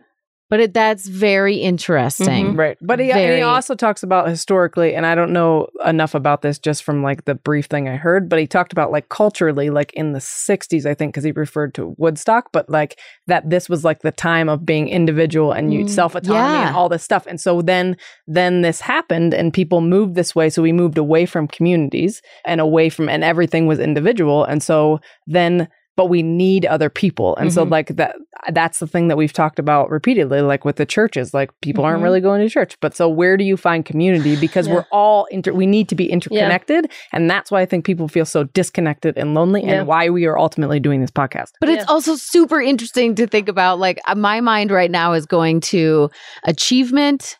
But it, that's very Mm-hmm. interesting. Right. But he, and Mm-hmm. Very- he also talks about historically, and I don't know enough about this just from like the brief thing I heard, but he talked about like culturally, like in the 60s, I think, because he referred to Woodstock, but like that this was like the time of being individual and you Mm. self autonomy Yeah. and all this stuff. And so then, then this happened and people moved this way. So we moved away from communities and away from, and everything was individual. And so then but we need other people and so Mm-hmm. Mhm. like that that's the thing that we've talked about repeatedly like with the churches like people aren't Mhm. really going to church but so where do you find community because Yeah. we're all inter we need to be interconnected and that's why i think people feel so disconnected and lonely Yeah. and why we are ultimately doing this podcast But it's Yeah. also super interesting to think about. Like, uh, my mind right now is going to achievement,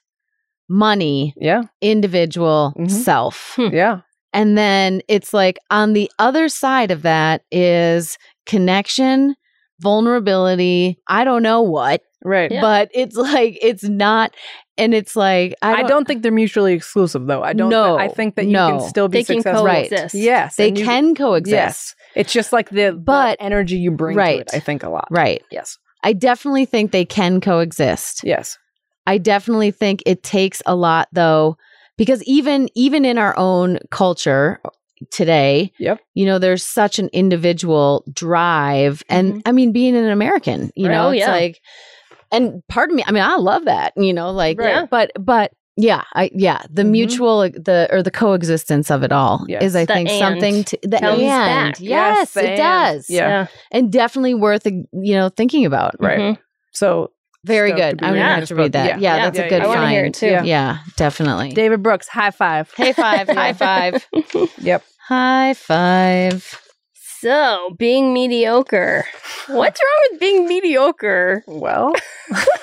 money, yeah individual, Mhm. self. Hmm. yeah And then it's like on the other side of that is connection, vulnerability. I don't know what, right Yeah. but it's like, it's not. And it's like, I I don't, don't, think they're mutually exclusive, though. I don't. No. I think that you No. can still be They can successful. Right. coexist. Yes, they and you- can coexist. Yes, it's just like the But- but energy you bring Right. to it. I think a lot. Right. Yes. I definitely think they can coexist. Yes. I definitely think it takes a lot though because even even in our own culture today, Yep. you know, there's such an individual drive and Mhm. I mean being an American, you Right. know, Oh, it's yeah. like and pardon me, I mean I love that, you know, like Right. Yeah. but but yeah, I yeah, the Mhm. mutual the or the coexistence of it all Yes. is I The think and something to the comes and. back. Yes, the it and. does. Yeah. And definitely worth you know thinking about. Right. Mhm. So Very stoked to good. be I'm reading gonna have this to book. read that. Yeah, Yeah. Yeah. that's Yeah, a good I want to find. hear it too. Yeah. Yeah, definitely. David Brooks, high five. High five, high five, Yep. high five. So, being mediocre. What's wrong with being mediocre? Well,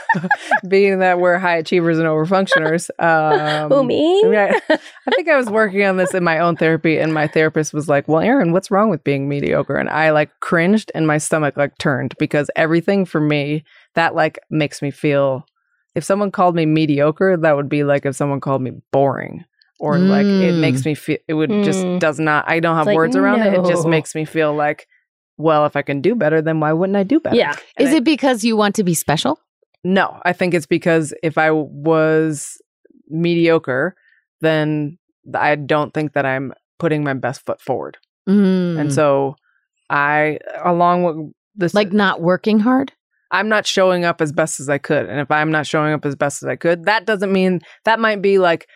being that we're high achievers and overfunctioners. Um, Who, me? Right. I think I was working on this in my own therapy, and my therapist was like, "Well, Aaron, what's wrong with being mediocre?" And I like cringed, and my stomach like turned because everything for me that like makes me feel. If someone called me mediocre, that would be like if someone called me boring, or like it Mm. makes me feel. It would Mm. just does not. I don't have like, words around it. It just no. makes me feel like, well, if I can do better, then why wouldn't I do better? Yeah. And Is I- it because you want to be special? no, I think it's because if I was mediocre, then I don't think that I'm putting my best foot forward. Mm. And so I along with this like not working hard. I'm not showing up as best as I could. And if I'm not showing up as best as I could, that doesn't mean that might be like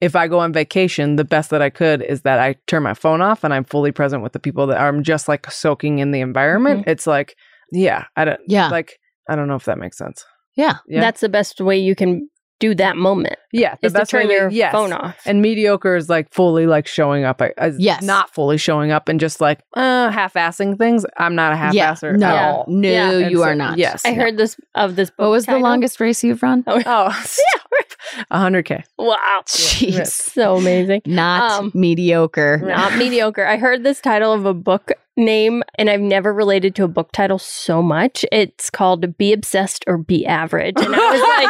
if I go on vacation, the best that I could is that I turn my phone off and I'm fully present with the people that I'm just like soaking in the environment. Mm-hmm. It's like, yeah, I don't Ah. Yeah, like I don't know if that makes sense. yeah. Yeah. That's the best way you can do that moment Yeah, is to turn way- your yes. phone off. And mediocre is like fully like showing up. I- As Yes. Not fully showing up and just like uh, half-assing things. I'm not a yeah. half-asser No, at all. no, Yeah. And you so- are not. yes. I heard this of this book. What was the title. longest race you've run? Oh, a 100K. Wow. Jeez, So amazing. not Um, mediocre. Not mediocre. I heard this title of a book name and I've never related to a book title so much. It's called Be Obsessed or Be Average. And I was like,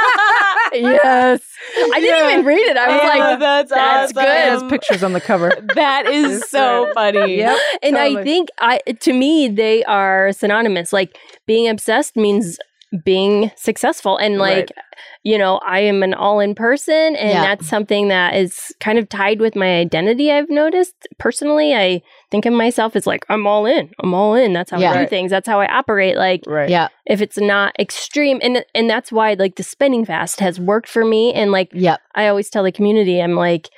yes. I didn't Yeah. even read it. I was Oh, like, that's, that's It has awesome. pictures on the cover. That is so funny. yep. and I Totally. think I to me they are synonymous. Like being obsessed means being successful and like Right. you know i am an all-in person and Yeah. that's something that is kind of tied with my identity i've noticed personally i think of myself as like i'm all in i'm all in that's how Yeah. i do Right. things that's how i operate like Right. Yeah, if it's not extreme and and that's why like the spending fast has worked for me and like yep, i always tell the community i'm like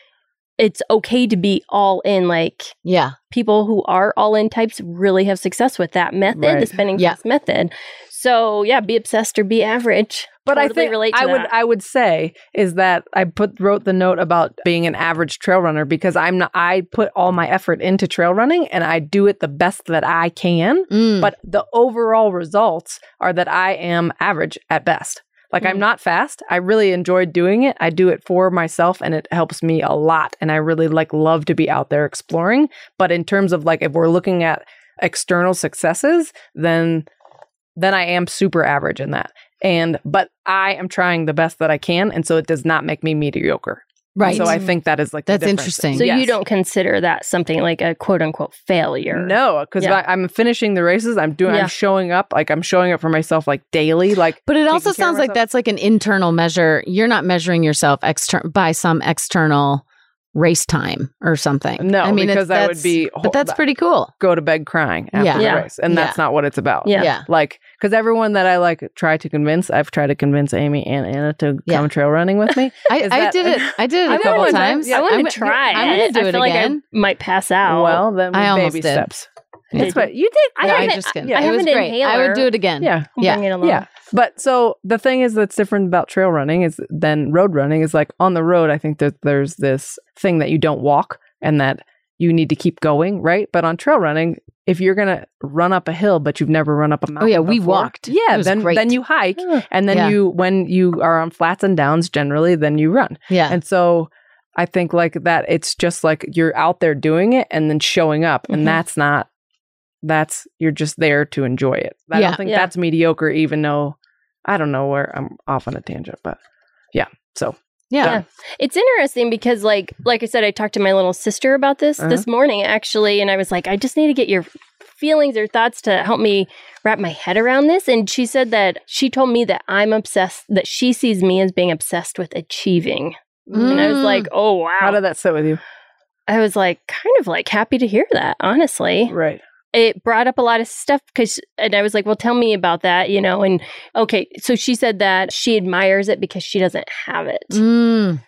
it's okay to be all in like yeah. people who are all in types really have success with that method, the Right. spending Yeah. fast method. So yeah, be obsessed or be average. But I Totally think relate to I would that. I would say is that I put wrote the note about being an average trail runner because I'm not I put all my effort into trail running and I do it the best that I can. Mm. but the overall results are that I am average at best. Like Mm. I'm not fast. I really enjoy doing it. I do it for myself and it helps me a lot and I really like love to be out there exploring, but in terms of like if we're looking at external successes, then then I am super average in that. And but I am trying the best that I can and so it does not make me mediocre. Right. So I think that is like the That's difference. interesting. So you Yes. don't consider that something like a quote unquote failure. No, because Yeah. I'm finishing the races. I'm doing. Yeah. I'm showing up. Like I'm showing up for myself, like daily. Like But it taking also care of sounds like myself. that's like an internal measure. You're not measuring yourself external by some external race time or something. No, it's- because that would that's- be But that's hor- pretty cool. go to bed crying after Yeah. the Yeah. race, and that's not what it's about. Yeah. Yeah. Like, because everyone that I like try to convince, I've tried to convince Amy and Anna to Yeah. come trail running with me. I, Is I that- did it. I did I it a know, couple I- times. yeah, I I'm want go- to try. I'm gonna it. do I it feel again. like I might pass out. well, then Oh, I we almost baby did. steps. Yeah. That's what you did. I No, haven't- just kidding. yeah, I it have was an great. I would inhaler. do it again. Yeah. I'll Yeah. Bring it along. Yeah. But so the thing is that's different about trail running is than road running is like on the road, I think that there's this thing that you don't walk and that you need to keep going, right? But on trail running, if you're gonna run up a hill but you've never run up a mountain. Oh, yeah, we before- walked. It Yeah, was then great. then you hike and then Yeah. you when you are on flats and downs generally, then you run. Yeah. And so I think like that it's just like you're out there doing it and then showing up Mhm. and that's not that's you're just there to enjoy it. I Yeah. don't think Yeah. that's mediocre even though I don't know where I'm off on a tangent but yeah. Yeah. It's interesting because like like I said, I talked to my little sister about this Uh-huh. this morning actually, and I was like, I just need to get your feelings or thoughts to help me wrap my head around this. And she said that she told me that I'm obsessed that she sees me as being obsessed with achieving. And I was Mm. like, oh how wow. did that sit with you? I was like kind of like happy to hear that, honestly. Right. it brought up a lot of stuff because and i was like well tell me about that you know and okay so she said that she admires it because she doesn't have it Mm.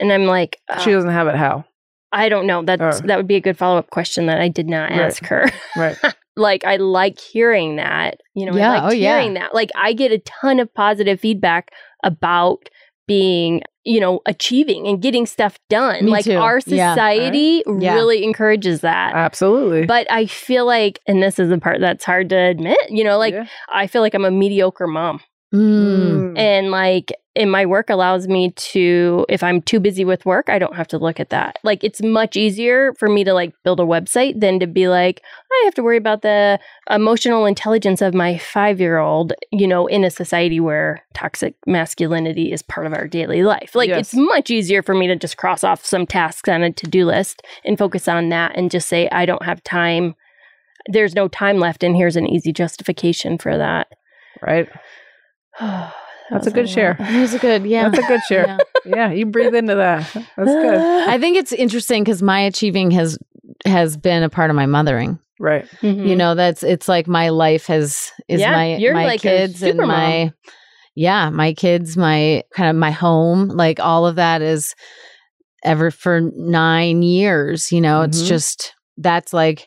and i'm like uh, she doesn't have it how? i don't know that Oh. that would be a good follow-up question that i did not Right. ask her Right. like i like hearing that you know Yeah, i oh, like yeah. hearing that like i get a ton of positive feedback about being you know achieving and getting stuff done Me like too. our Yeah. society Yeah. really encourages that Absolutely. but I feel like, and this is the part that's hard to admit, you know, like Yeah. I feel like I'm a mediocre mom. Mm. And like, and my work allows me to, if I'm too busy with work, I don't have to look at that. Like, it's much easier for me to like build a website than to be like, I have to worry about the emotional intelligence of my five year old, you know, in a society where toxic masculinity is part of our daily life. Like, Yes. it's much easier for me to just cross off some tasks on a to do list and focus on that and just say, I don't have time. There's no time left. And here's an easy justification for that. right. That That's was a good lot. share. It was good. eh, Yeah. That's a good share. Yeah. yeah. you breathe into that. That's good. I think it's interesting because my achieving has has been a part of my mothering. Right. Mhm. You know, that's it's like my life has is Yeah, my you're my like a kids and supermom. my yeah, my kids, my kind of my home, like all of that is ever for nine years. You know, Mm-hmm. it's Mhm. just that's like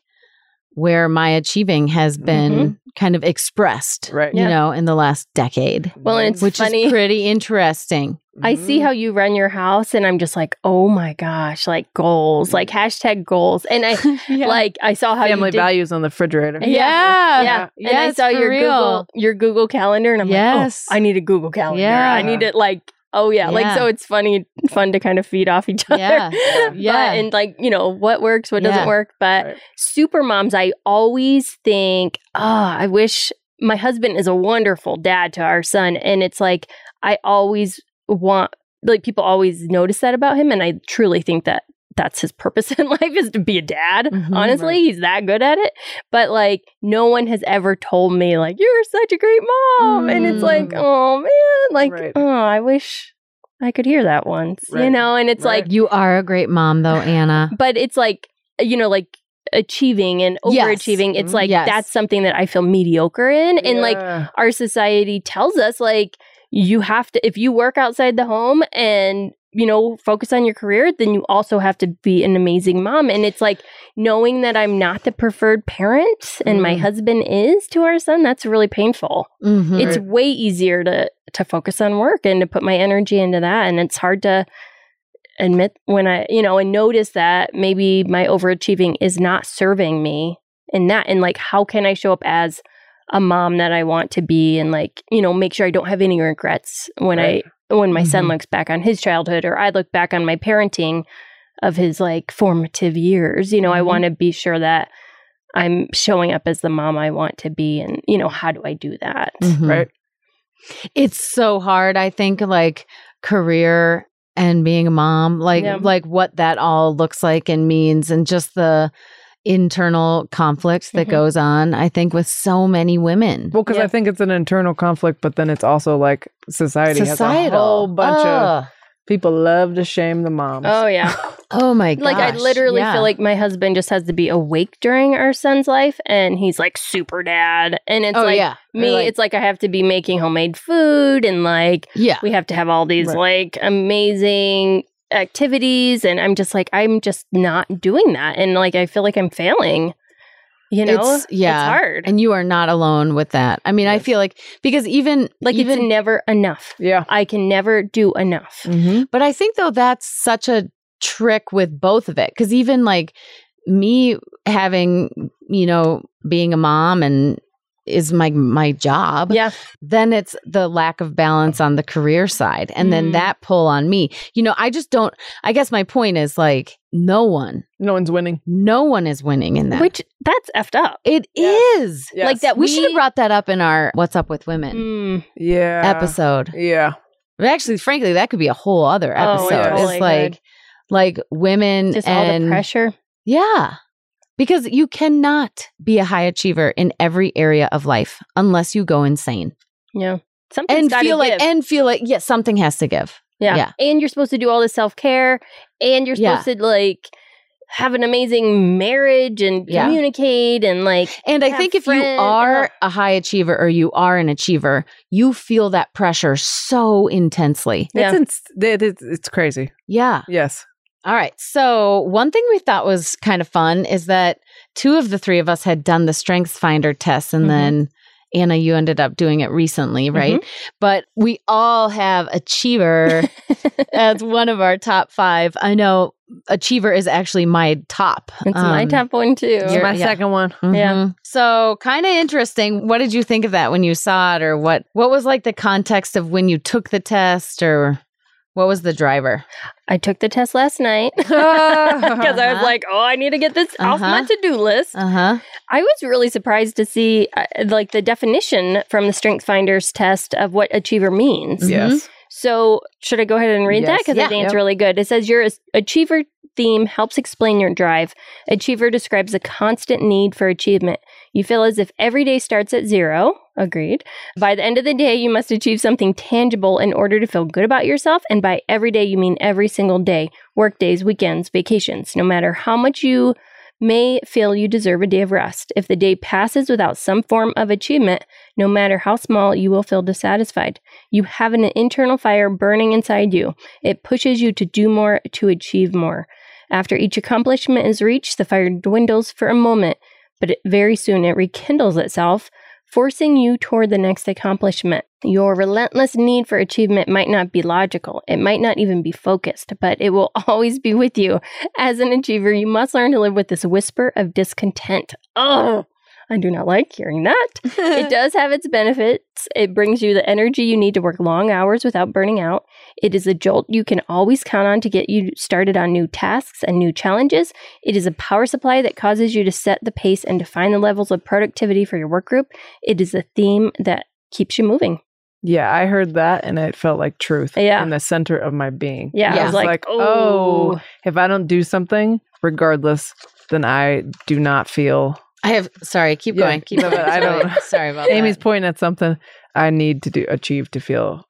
where my achieving has been kind of expressed. Right. You Mm-hmm. Yeah. know, in the last decade, Well, and it's which funny. is pretty interesting. I see Mm-hmm. Mm. how you run your house, and I'm just like, oh my gosh, like goals, like hashtag goals. And I Yeah. like I saw how family you did, values on the refrigerator. Yeah. Yeah. Yeah, and I Yes, saw for your real. Google your Google calendar, and I'm Yes. like, oh, I need a Google calendar. Yeah. I need it like. Oh yeah. Yeah. like so it's funny, fun to kind of feed off each other. Yeah. Yeah. But, and like you know what works, what Yeah. doesn't work. But Right. super moms, I always think, oh, I wish my husband is a wonderful dad to our son, and it's like I always want like people always notice that about him, and I truly think that that's his purpose in life is to be a dad. Mhm. Honestly, Right. he's that good at it. But like, no one has ever told me like you're such a great mom, and it's like, Mm. oh man, like, Right. oh, I wish I could hear that once, you Right. know. And it's Right. like, You are a great mom, though, Anna. but it's like you know, like achieving and Yes. overachieving. It's Mhm. like Yes. that's something that I feel mediocre in, and like Yeah. our society tells us like you have to if you work outside the home and you know focus on your career then you also have to be an amazing mom and it's like knowing that i'm not the preferred parent and my Mm. husband is to our son that's really painful Mhm. it's Right. way easier to to focus on work and to put my energy into that and it's hard to admit when i you know and notice that maybe my overachieving is not serving me in that and like how can i show up as a mom that i want to be and like you know make sure i don't have any regrets when Right. i when my son Mhm. looks back on his childhood or i look back on my parenting of his like formative years you know i Mhm. want to be sure that i'm showing up as the mom i want to be and you know how do i do that Mhm. Right. It's so hard. I think like career and being a mom, like Yeah. like what that all looks like and means and just the internal conflict that Mhm. goes on, I think, with so many women. Well, because Yeah. I think it's an internal conflict, but then it's also like society has a whole bunch of Ugh. people love to shame the moms. Oh yeah. Oh my god. Like I literally feel like my husband just has to be awake during our son's life and he's like super dad. And it's Oh like yeah. Or, me, like- it's like I have to be making homemade food and like yeah. we have to have all these Right. like amazing activities and I'm just like I'm just not doing that and like I feel like I'm failing. You know? It's- yeah. It's hard. And you are not alone with that. I mean, I Yes. feel like because even like even it's never enough. Yeah. I can never do enough. Mm-hmm. But I think though that's such a trick with both of it cuz even like me having, you know, being a mom and is my my job. Yeah. Then it's the lack of balance on the career side and then Mm. that pull on me. You know, I just don't I guess my point is like no one No one's winning. no one is winning in that. Which that's effed up. it Yeah. is. Yes. Like that We, should have brought that up in our What's Up with Women Mm, yeah. episode. Yeah. Actually, frankly, that could be a whole other Oh, it episode. totally it's like like women just all and the pressure. Yeah. Because you cannot be a high achiever in every area of life unless you go insane Yeah. Something and feel like give. and feel like yes, something has to give. yeah. yeah. And you're supposed to do all this self care and you're Yeah. supposed to like have an amazing marriage and Yeah. communicate and like And I Have think if friend- you are yeah. a high achiever or you are an achiever, you feel that pressure so intensely. Yeah. It's, ins- it- it's it's crazy. Yeah. Yes. All right. So, one thing we thought was kind of fun is that two of the three of us had done the Strengths Finder test. And Mhm. then, Anna, you ended up doing it recently, right? Mm-hmm. But we all have Achiever as one of our top five. I know Achiever is actually my top. it's my Um, top one too. You're- my yeah. second one. mhm. yeah. So kind of interesting. What did you think of that when you saw it, or what? What was like the context of when you took the test, or what was the driver? I took the test last night because I was Uh-huh. like, oh, I need to get this off my Uh-huh. to do list. Uh huh. I was really surprised to see uh, like the definition from the Strength Finders test of what achiever means. Yes. So, should I go ahead and read that? Yes. Because I Yeah. think it's Yep. really good. It says your achiever theme helps explain your drive. Achiever describes a constant need for achievement. You feel as if every day starts at zero. Agreed. By the end of the day, you must achieve something tangible in order to feel good about yourself. And by every day, you mean every single day work days, weekends, vacations. No matter how much you may feel you deserve a day of rest, if the day passes without some form of achievement, no matter how small, you will feel dissatisfied. You have an internal fire burning inside you. It pushes you to do more, to achieve more. After each accomplishment is reached, the fire dwindles for a moment, but it, very soon it rekindles itself, forcing you toward the next accomplishment. Your relentless need for achievement might not be logical, it might not even be focused, but it will always be with you. As an achiever, you must learn to live with this whisper of discontent. Oh, I do not like hearing that it does have its benefits. It brings you the energy you need to work long hours without burning out. It is a jolt you can always count on to get you started on new tasks and new challenges. It is a power supply that causes you to set the pace and define the levels of productivity for your work group. It is a theme that keeps you moving. Yeah, I heard that and it felt like truth Yeah. in the center of my being. Yeah, Yeah. I was like, oh, if I don't do something, regardless, then I do not feel. I have. Sorry. Keep Yeah. going. Keep No, going. but I Sorry. don't- Sorry about that. Amy's pointing at something I need to do achieve to feel.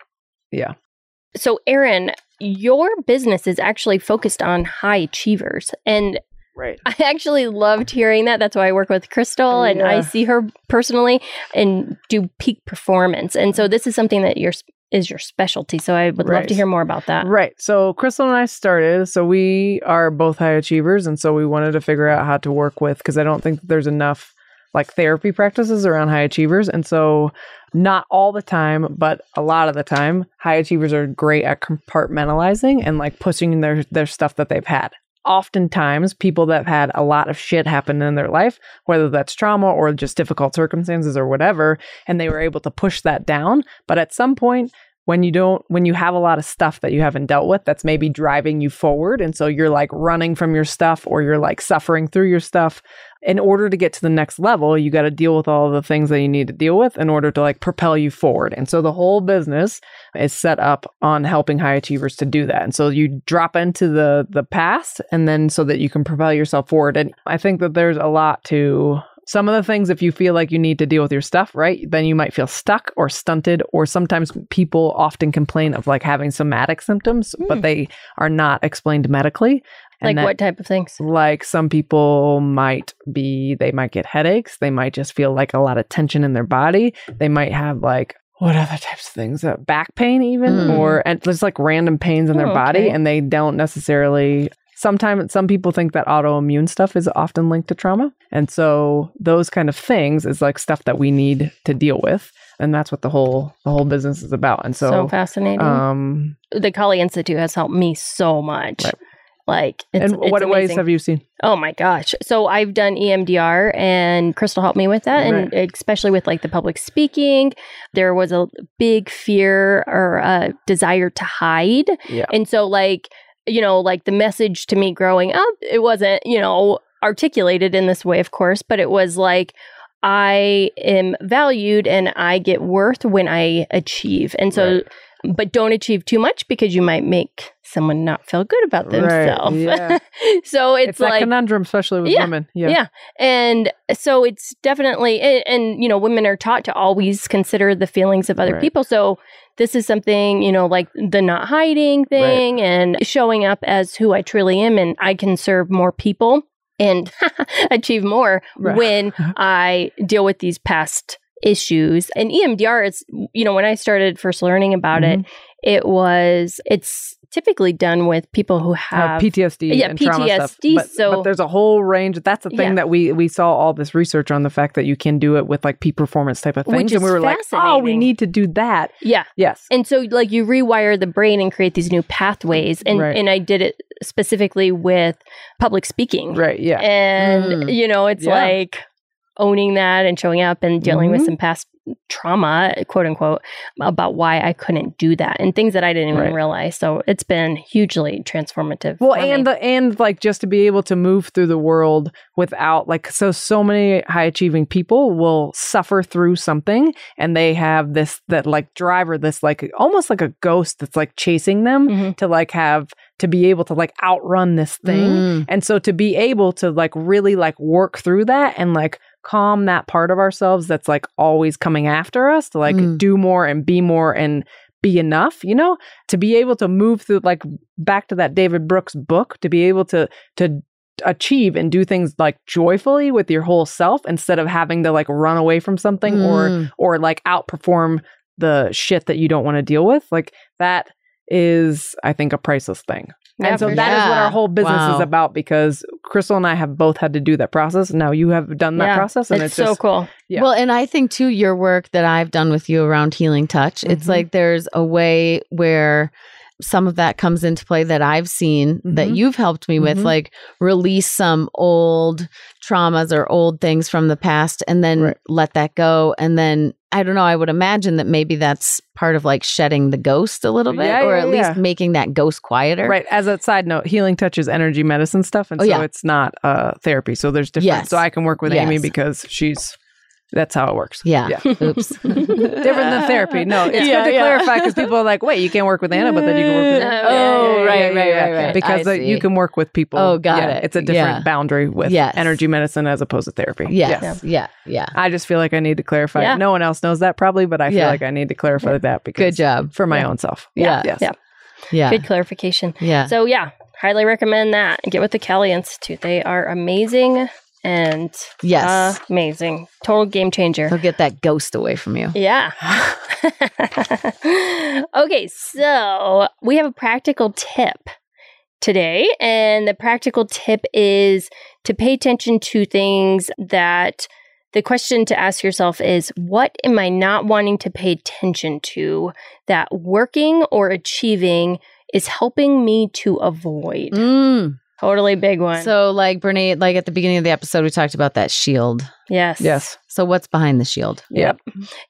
So, Aaron, your business is actually focused on high achievers, and Right. I actually loved hearing that. That's why I work with Crystal and I Yeah. see her personally and do peak performance. And so this is something that your is your specialty. So I would love Right. to hear more about that. Right. So Crystal and I started. So we are both high achievers, and so we wanted to figure out how to work with because I don't think that there's enough like therapy practices around high achievers, and so not all the time, but a lot of the time, high achievers are great at compartmentalizing and like pushing their their stuff that they've had. Oftentimes, people that have had a lot of shit happen in their life, whether that's trauma or just difficult circumstances or whatever, and they were able to push that down. But at some point, when you don't when you have a lot of stuff that you haven't dealt with that's maybe driving you forward and so you're like running from your stuff or you're like suffering through your stuff in order to get to the next level you got to deal with all the things that you need to deal with in order to like propel you forward and so the whole business is set up on helping high achievers to do that and so you drop into the the past and then so that you can propel yourself forward and i think that there's a lot to some of the things if you feel like you need to deal with your stuff right then you might feel stuck or stunted or sometimes people often complain of like having somatic symptoms but they are not explained medically Like And that- what type of things? like some people might be they might get headaches they might just feel like a lot of tension in their body they might have like what other types of things uh, back pain even Mm. or and just like random pains in their Hmm. Oh, body okay. and they don't necessarily sometimes some people think that autoimmune stuff is often linked to trauma and so those kind of things is like stuff that we need to deal with and that's what the whole the whole business is about and So, so, fascinating. um the Kali Institute has helped me so much. Right. Like, it's, and what ways amazing. have you seen Oh my gosh. So I've done E EMDR and Crystal helped me with that. And especially with like the public speaking, there was a big fear or a desire to hide. Yeah. And so, like, you know, like the message to me growing up, it wasn't, you know, articulated in this way, of course, but it was like, I am valued and I get worth when I achieve. And so, but don't achieve too much because you might make someone not feel good about Right, themselves. yeah. so it's, it's, that like, conundrum especially with Yeah, women yeah. and so it's definitely, and, and you know, women are taught to always consider the feelings of other Right. people. So this is something, you know, like the not hiding thing and showing up as who I truly am, and I can serve more people and achieve more Right. when I deal with these past issues. And E EMDR, it's, you know, when I started first learning about Mm-hmm. it, it was, it's typically done with people who uh, have. PTSD Um, yeah, and trauma stuff. PTSD, But, so- but there's a whole range. That's the thing Yeah. that we we saw all this research on the fact that you can do it with like peak performance type of Which things, and we is were like, oh, we fascinating. need to do that. yeah. Yes, And so like you rewire the brain and create these new pathways. And Right. and I did it specifically with public speaking. right. Yeah, And Mm. you know, it's Yeah. like owning that and showing up and dealing with Mhm. some past trauma, quote unquote, about why I couldn't do that and things that I didn't even Right. realize. So it's been hugely transformative. Well, for me. and the and like just to be able to move through the world without like so so many high achieving people will suffer through something and they have this that like driver this like almost like a ghost that's like chasing them Mhm. to like have to be able to like outrun this thing Mm. and so to be able to like really like work through that and like calm that part of ourselves that's like always coming after us to like Mm. do more and be more and be enough, you know, to be able to move through like back to that David Brooks book, to be able to to achieve and do things like joyfully with your whole self instead of having to like run away from something or Mm. or like outperform the shit that you don't want to deal with. Like that is, I think, a priceless thing. Yeah, and so for that is sure. what Yeah. our whole business Wow. is about because Crystal and I have both had to do that process. Now you have done that Yeah. process, and it's it's, so just cool. Yeah. Well, and I think too, your work that I've done with you around healing touch, it's Mhm. like there's a way where some of that comes into play that I've seen that Mhm. you've helped me with, Mhm. like release some old traumas or old things from the past and then Right. let that go. And then I don't know, I would imagine that maybe that's part of like shedding the ghost a little bit Yeah, or yeah, at yeah. least making that ghost quieter. right. As a side note, healing touches energy medicine stuff, and Oh, so yeah. it's not uh, therapy. So there's different. Yes. So I can work with Amy Yes. because she's that's how it works. Yeah. Yeah. Oops. Different than therapy. No, it's Yeah, good to yeah. clarify because people are like, wait, you can't work with Anna, but then you can work Mm. with. Oh, Anna." yeah, yeah, yeah, yeah, yeah, yeah. I Because the, you see. can work with people. Oh, got Yeah, it. It's a different Yeah. boundary with Yes. energy medicine as opposed to therapy. Yes. Yeah. Yeah. Yeah. I just feel like I need to clarify. Yeah. No one else knows that probably, but I feel Yeah. like I need to clarify that because Good job. for my Yeah. own self. Yeah. Yes. Yeah. Yeah. Good clarification. Yeah. So yeah, highly recommend that. Get with the Kelly Institute. They are amazing and yes. amazing. Total game changer. They'll get that ghost away from you. Yeah. okay, so we have a practical tip today, and the practical tip is to pay attention to things that the question to ask yourself is what am I not wanting to pay attention to that working or achieving is helping me to avoid? Mm. Totally big one. So, like Brene, like at the beginning of the episode, we talked about that shield. yes. Yes. So, what's behind the shield? Yep.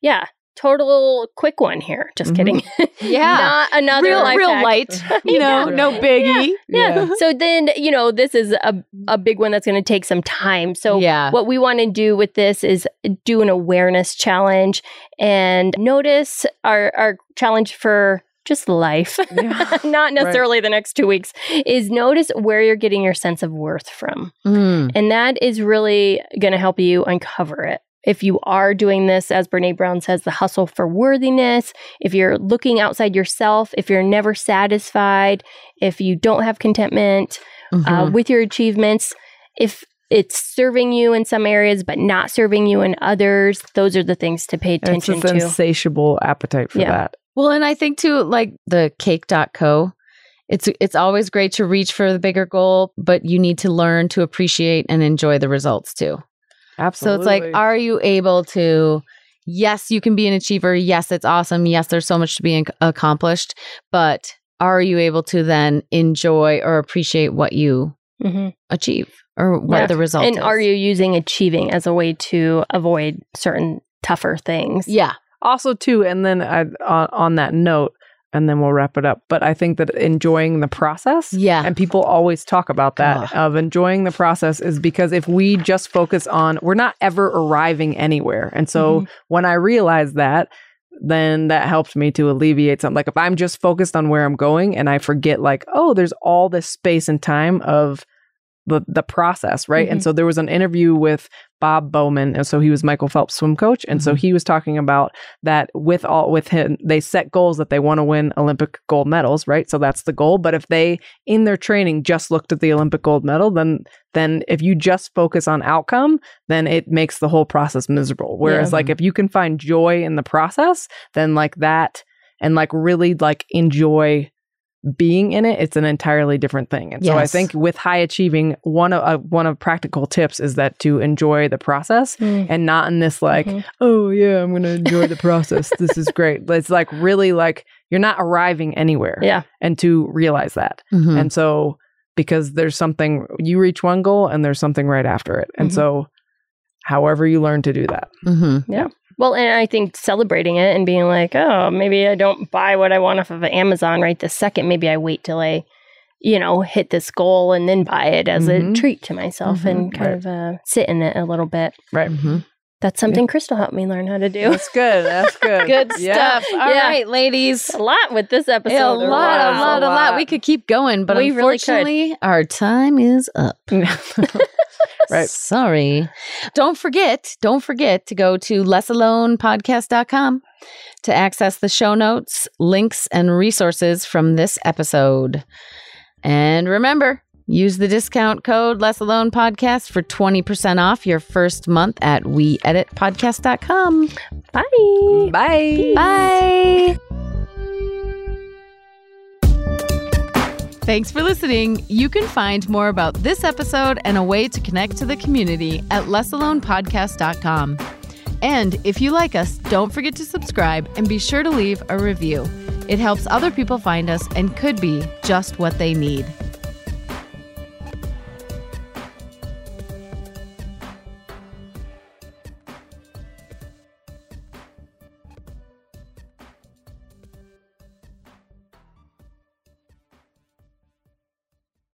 Yeah. total quick one here. Just Mm-hmm. Mhm. kidding. Yeah. Not another real life real hack. light. You know, Yeah. no biggie. Yeah. So then, you know, this is a, a big one that's going to take some time. So, yeah. what we want to do with this is do an awareness challenge and notice our, our challenge for just life, Yeah. not necessarily the next two weeks, is notice where you're getting your sense of worth from. Mm. And that is really going to help you uncover it. If you are doing this, as Brene Brown says, the hustle for worthiness, if you're looking outside yourself, if you're never satisfied, if you don't have contentment, uh, Mm-hmm. Mhm. with your achievements. If it's serving you in some areas but not serving you in others, those are the things to pay And it's attention this to. insatiable appetite for Yeah. that. well, and I think too, like the cake.co, it's it's always great to reach for the bigger goal, but you need to learn to appreciate and enjoy the results too. Absolutely. So it's like, are you able to? Yes, you can be an achiever. Yes, it's awesome. Yes, there's so much to be ac- accomplished. But are you able to then enjoy or appreciate what you Mhm. achieve or what Yeah. the result And is? are you using achieving as a way to avoid certain tougher things? Yeah. also too and then I, on, on that note and then we'll wrap it up but i think that enjoying the process Yeah. and people always talk about that Ugh. of enjoying the process is because if we just focus on we're not ever arriving anywhere and so Mm-hmm. when i realized that then that helped me to alleviate something like if i'm just focused on where i'm going and i forget like oh there's all this space and time of the, the process right Mm-hmm. and Mhm. so there was an interview with bob bowman and so he was michael phelps swim coach and so Mhm. he was talking about that with all with him they set goals that they want to win olympic gold medals right so that's the goal but if they in their training just looked at the olympic gold medal then then if you just focus on outcome then it makes the whole process miserable whereas Yeah. like if you can find joy in the process then like that and like really like enjoy being in it it's an entirely different thing and so i Yes. think with high achieving one of uh, one of practical tips is that to enjoy the process Mhm. and not in this like Mm-hmm. Mhm. oh yeah i'm gonna enjoy the process this is great it's like really like you're not arriving anywhere Yeah. and to realize that Mhm. and so, because there's something, you reach one goal and there's something right after it. And Mhm. so, however you learn to do that. Mhm. Well, and I think celebrating it and being like, oh, maybe I don't buy what I want off of Amazon right this second. Maybe I wait till I, you know, hit this goal and then buy it as a Mm-hmm. Mhm. treat to myself and Mhm. kind Right. of uh, sit in it a little bit. Right. Mhm. That's something Crystal helped me learn how to do. That's good. That's good. Good Yeah. stuff. All right, Yeah. ladies. a lot with this episode. Yeah, a there lot, a was lot, a a lot. lot. We could keep going, but We really could. unfortunately, our time is up. Right. Sorry. Don't forget, don't forget to go to lessalonepodcast.com to access the show notes, links, and resources from this episode. And remember, use the discount code lessalonepodcast for 20% off your first month at weeditpodcast.com. Bye. Bye. Bye. Thanks for listening. You can find more about this episode and a way to connect to the community at lessalonepodcast.com. And if you like us, don't forget to subscribe and be sure to leave a review. It helps other people find us and could be just what they need.